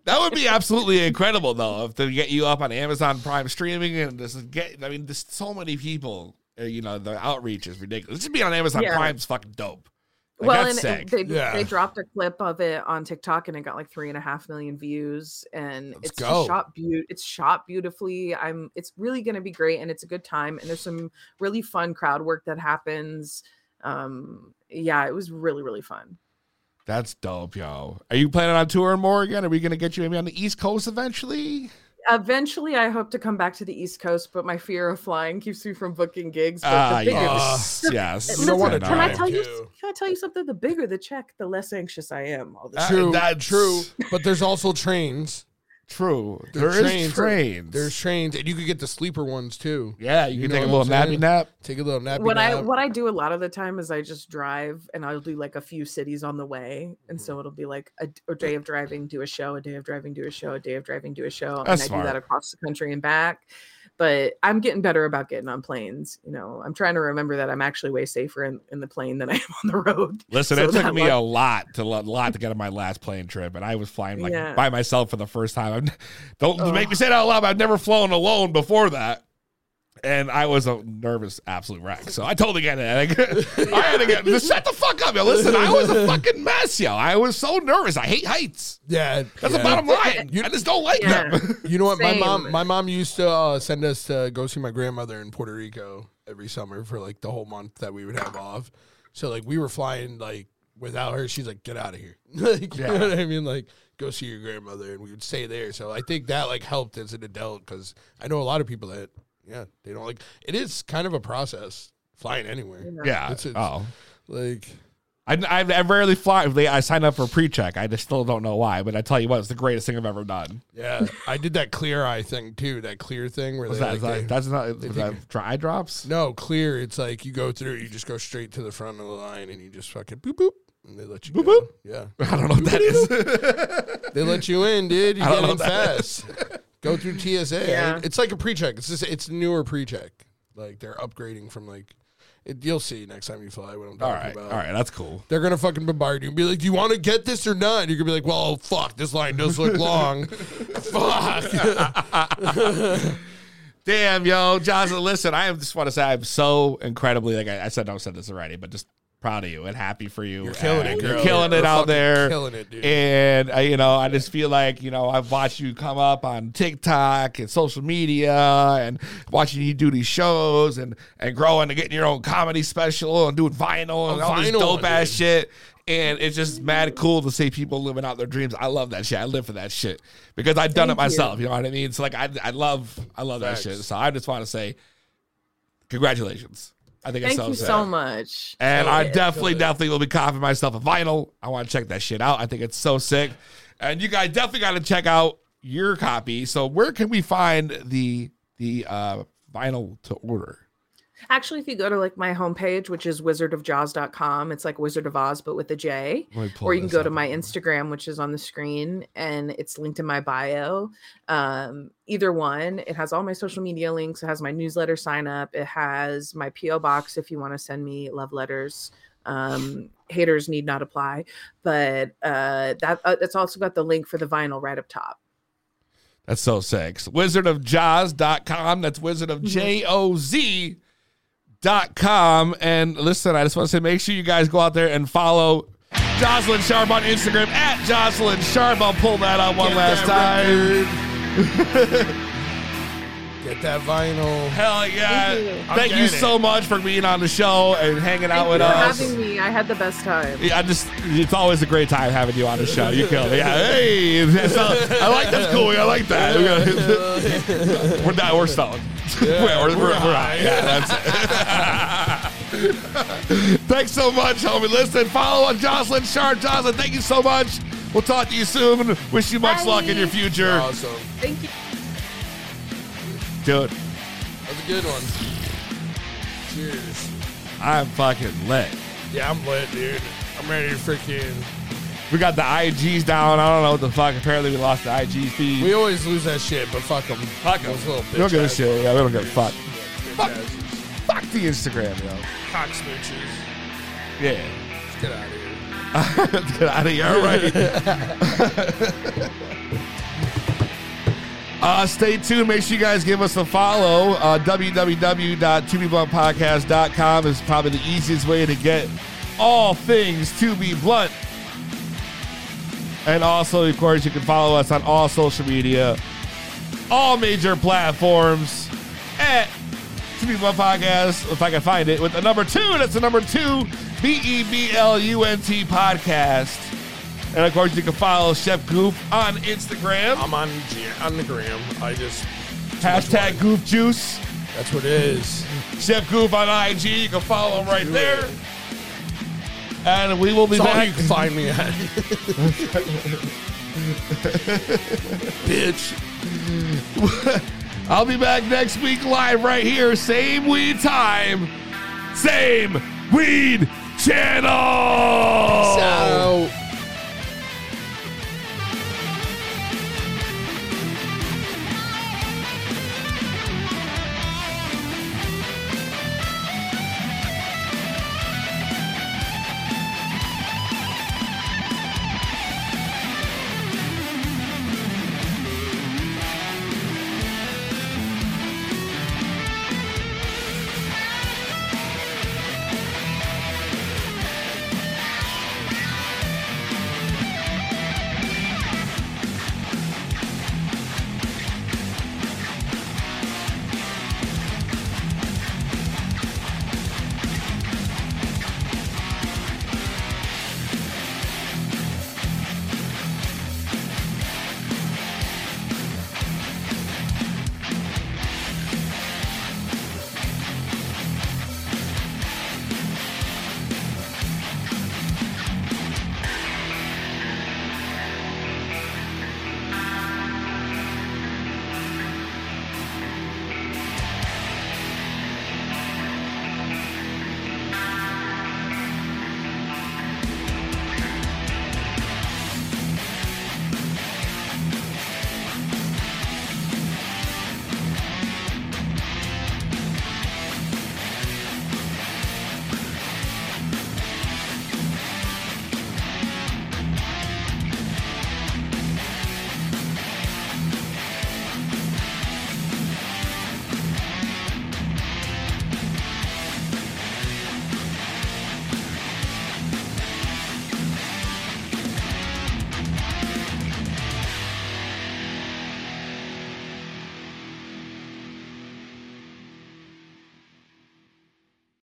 Speaker 2: That would be absolutely incredible, though, if they get you up on Amazon Prime streaming and this is get. I mean, there's so many people. uh, You know, the outreach is ridiculous. Just being on Amazon
Speaker 13: Yeah.
Speaker 2: Prime's fucking dope. Like,
Speaker 13: well, and
Speaker 2: that's
Speaker 13: it-
Speaker 2: sick.
Speaker 13: they
Speaker 3: Yeah.
Speaker 13: they dropped a clip of it on TikTok, and it got like three and a half million views, and
Speaker 3: Let's
Speaker 13: it's
Speaker 3: go.
Speaker 13: just shot beaut. It's shot beautifully. I'm. It's really going to be great, and it's a good time. And there's some really fun crowd work that happens. Um, yeah, it was really really fun.
Speaker 2: That's dope, yo. Are you planning on touring more again? Are we gonna get you maybe on the East Coast eventually?
Speaker 13: Eventually, I hope to come back to the East Coast, but my fear of flying keeps me from booking gigs. But
Speaker 2: Ah,
Speaker 13: the bigger the-
Speaker 2: yes, yes.
Speaker 3: You don't wanna
Speaker 13: Listen, can I
Speaker 3: drive,
Speaker 13: tell you?
Speaker 3: too.
Speaker 13: Can I tell you something? The bigger the check, the less anxious I am. All the time.
Speaker 3: True,
Speaker 2: that's-
Speaker 3: true. But there's also trains.
Speaker 2: True.
Speaker 3: There
Speaker 2: There is
Speaker 3: trains.
Speaker 2: trains.
Speaker 3: There's trains, and you could get the sleeper ones too.
Speaker 2: yeah, you,
Speaker 3: You
Speaker 2: can
Speaker 3: know
Speaker 2: take a
Speaker 3: what
Speaker 2: little
Speaker 3: I'm
Speaker 2: nappy
Speaker 3: saying?
Speaker 2: nap.
Speaker 3: Take a little nap.
Speaker 13: what I what I do a lot of the time is I just drive and I'll do like a few cities on the way, and
Speaker 2: Mm-hmm.
Speaker 13: so it'll be like a, a day of driving, do a show, a day of driving, do a show, a day of driving, do a show,
Speaker 2: That's
Speaker 13: and I
Speaker 2: smart.
Speaker 13: do that across the country and back. But I'm getting better about getting on planes. You know, I'm trying to remember that I'm actually way safer in, in the plane than I am on the road.
Speaker 2: Listen,
Speaker 13: So
Speaker 2: it took
Speaker 13: that
Speaker 2: me
Speaker 13: one-
Speaker 2: a lot to lo- lot to get on my last plane trip, and I was flying like
Speaker 13: Yeah. Oh.
Speaker 2: by myself for the first time. I'm, don't
Speaker 13: Ugh.
Speaker 2: make me say it out loud. but I've never flown alone before that, and I was a nervous absolute wreck. So I totally get it. I think- I had to get just shut the fuck up, yo. Listen, I was a fucking mess, yo. I was so nervous. I hate heights.
Speaker 3: yeah,
Speaker 2: That's
Speaker 3: yeah.
Speaker 2: the bottom line. I just don't like
Speaker 13: Yeah.
Speaker 2: them.
Speaker 3: You know what? My mom,
Speaker 13: Same.
Speaker 3: my mom used to uh, send us to go see my grandmother in Puerto Rico every summer for like the whole month that we would have off. So like we were flying like without her, she's like, "Get out of here!" like you know what I mean? Like go see your grandmother, and we would stay there. So I think that like helped as an adult because I know a lot of people that yeah they don't like it is kind of a process flying anywhere.
Speaker 2: yeah.
Speaker 3: It's- it's-
Speaker 2: oh.
Speaker 3: Like
Speaker 2: I, I, I rarely fly. They- I sign up for pre-check. I just still don't know why, but I tell you what, it's the greatest thing I've ever done.
Speaker 3: yeah, I did that clear eye thing too. That clear thing where
Speaker 2: Was
Speaker 3: they,
Speaker 2: that, was
Speaker 3: like,
Speaker 2: that-
Speaker 3: they-
Speaker 2: that's not was that dry drops?
Speaker 3: No, clear. It's like you go through, you just go straight to the front of the line, and you just fucking boop boop, and they let you
Speaker 2: Boop,
Speaker 3: go.
Speaker 2: boop.
Speaker 3: Yeah,
Speaker 2: I don't know what that is.
Speaker 3: they let you in, dude. You
Speaker 2: I don't
Speaker 3: get in
Speaker 2: know what that
Speaker 3: fast. Go through TSA.
Speaker 13: Yeah.
Speaker 3: It's like a pre-check. It's just, it's newer pre-check. Like they're upgrading from like it, you'll see next time you fly what I'm talking
Speaker 2: All right, all
Speaker 3: about.
Speaker 2: right, that's cool.
Speaker 3: They're gonna fucking bombard you and be like, "Do you want to get this or not?" And you're gonna be like, "Well, fuck, this line does look long." fuck.
Speaker 2: Damn, yo, Johnson. Listen, I just want to say I'm so incredibly like I, I said. I said this already, but just proud of you and happy for you.
Speaker 3: You're killing it,
Speaker 2: And You're
Speaker 3: girl.
Speaker 2: killing it
Speaker 3: You're
Speaker 2: out
Speaker 3: fucking
Speaker 2: there.
Speaker 3: killing it, dude.
Speaker 2: And I, you know, I just feel like you know I've watched you come up on TikTok and social media, and watching you do these shows and and growing and getting your own comedy special and doing vinyl and
Speaker 3: Oh,
Speaker 2: all this
Speaker 3: vinyl,
Speaker 2: dope ass shit. And it's just mad cool to see people living out their dreams. I love that shit. I live for that shit because I've done
Speaker 3: Thank
Speaker 2: it
Speaker 3: you.
Speaker 2: myself. You know what I mean? So like I, I love, I love that
Speaker 3: Facts.
Speaker 2: shit. So I just want to say, congratulations. I think
Speaker 13: Thank
Speaker 2: it's so
Speaker 13: you
Speaker 2: sad.
Speaker 13: so much.
Speaker 2: And
Speaker 3: Oh,
Speaker 13: Kill
Speaker 2: I
Speaker 13: it.
Speaker 2: definitely, definitely will be copying myself a vinyl. I want to check that shit out. I think it's so sick. And you guys definitely got to check out your copy. So where can we find the the uh, vinyl to order?
Speaker 13: Actually, if you go to like my homepage, which is wizardofjaws.com, it's like Wizard of Oz, but with a J.
Speaker 2: Let me pull
Speaker 13: Or you can
Speaker 2: this
Speaker 13: go
Speaker 2: up
Speaker 13: to my Instagram, which is on the screen, and it's linked in my bio. Um, either one, it has all my social media links. It has my newsletter sign up. It has my PO box if you want to send me love letters. Um, haters need not apply, but uh, that uh, it's also got the link for the vinyl right up top.
Speaker 2: That's so sick. So wizardofjaws.com. That's wizard
Speaker 3: Mm-hmm.
Speaker 2: of J O Z dot com. And listen, I just want to say make sure you guys go out there and follow Jocelyn Sharp on Instagram at Jocelyn Sharp. I'll pull that out one
Speaker 3: Get
Speaker 2: last
Speaker 3: that
Speaker 2: time.
Speaker 3: Get that vinyl.
Speaker 2: Hell yeah.
Speaker 13: Thank you.
Speaker 3: I'm
Speaker 2: Thank you
Speaker 3: getting it.
Speaker 2: so much for being on the show and hanging out
Speaker 13: Thank you
Speaker 2: with
Speaker 13: for
Speaker 2: us.
Speaker 13: having me. I had the best time.
Speaker 2: Yeah, I just it's always a great time having you on the show. You killed it. Yeah. Hey, that's all- I like that's cool. I like that. We got- We're not we're stoned. we're, we're, we're high. Yeah, that's it. Thanks so much, homie. Listen, follow on Jocelyn Sharp. Jocelyn, thank you so much. We'll talk to you soon. Wish you much luck in your future.
Speaker 3: Awesome.
Speaker 13: Thank you.
Speaker 2: Dude,
Speaker 3: That's a good one. Cheers.
Speaker 2: I'm fucking lit.
Speaker 3: Yeah, I'm lit, dude. I'm ready to freaking.
Speaker 2: We got the IGs down. I don't know what the fuck. Apparently, we lost the IG feed.
Speaker 3: We always lose that shit, but fuck them. Fuck them. little
Speaker 2: We don't
Speaker 3: bitch
Speaker 2: give a
Speaker 3: ass-
Speaker 2: shit. Yeah, we don't give a fuck.
Speaker 3: bitch asses.
Speaker 2: Fuck the Instagram, yo.
Speaker 3: Cock smooches.
Speaker 2: Yeah.
Speaker 3: Let's get out of here.
Speaker 2: Let's get out of here. All right. uh, stay tuned. Make sure you guys give us a follow. Uh, www.tobebluntpodcast.com is probably the easiest way to get all things to be blunt. And also, of course, you can follow us on all social media, all major platforms at To Be Blunt Podcast, if I can find it, with the number two. That's the number two, B E B L U N T Podcast. And of course, you can follow Chef Goop on Instagram.
Speaker 3: I'm on, G- on the gram. I just.
Speaker 2: Hashtag Goof Juice.
Speaker 3: That's what it is.
Speaker 2: Chef Goof on IG. You can follow him right there. And we will be
Speaker 3: That's all
Speaker 2: back.
Speaker 3: you can find me at.
Speaker 2: Bitch. I'll be back next week live right here. Same weed time.
Speaker 3: Oh.
Speaker 2: Same weed channel.
Speaker 3: So.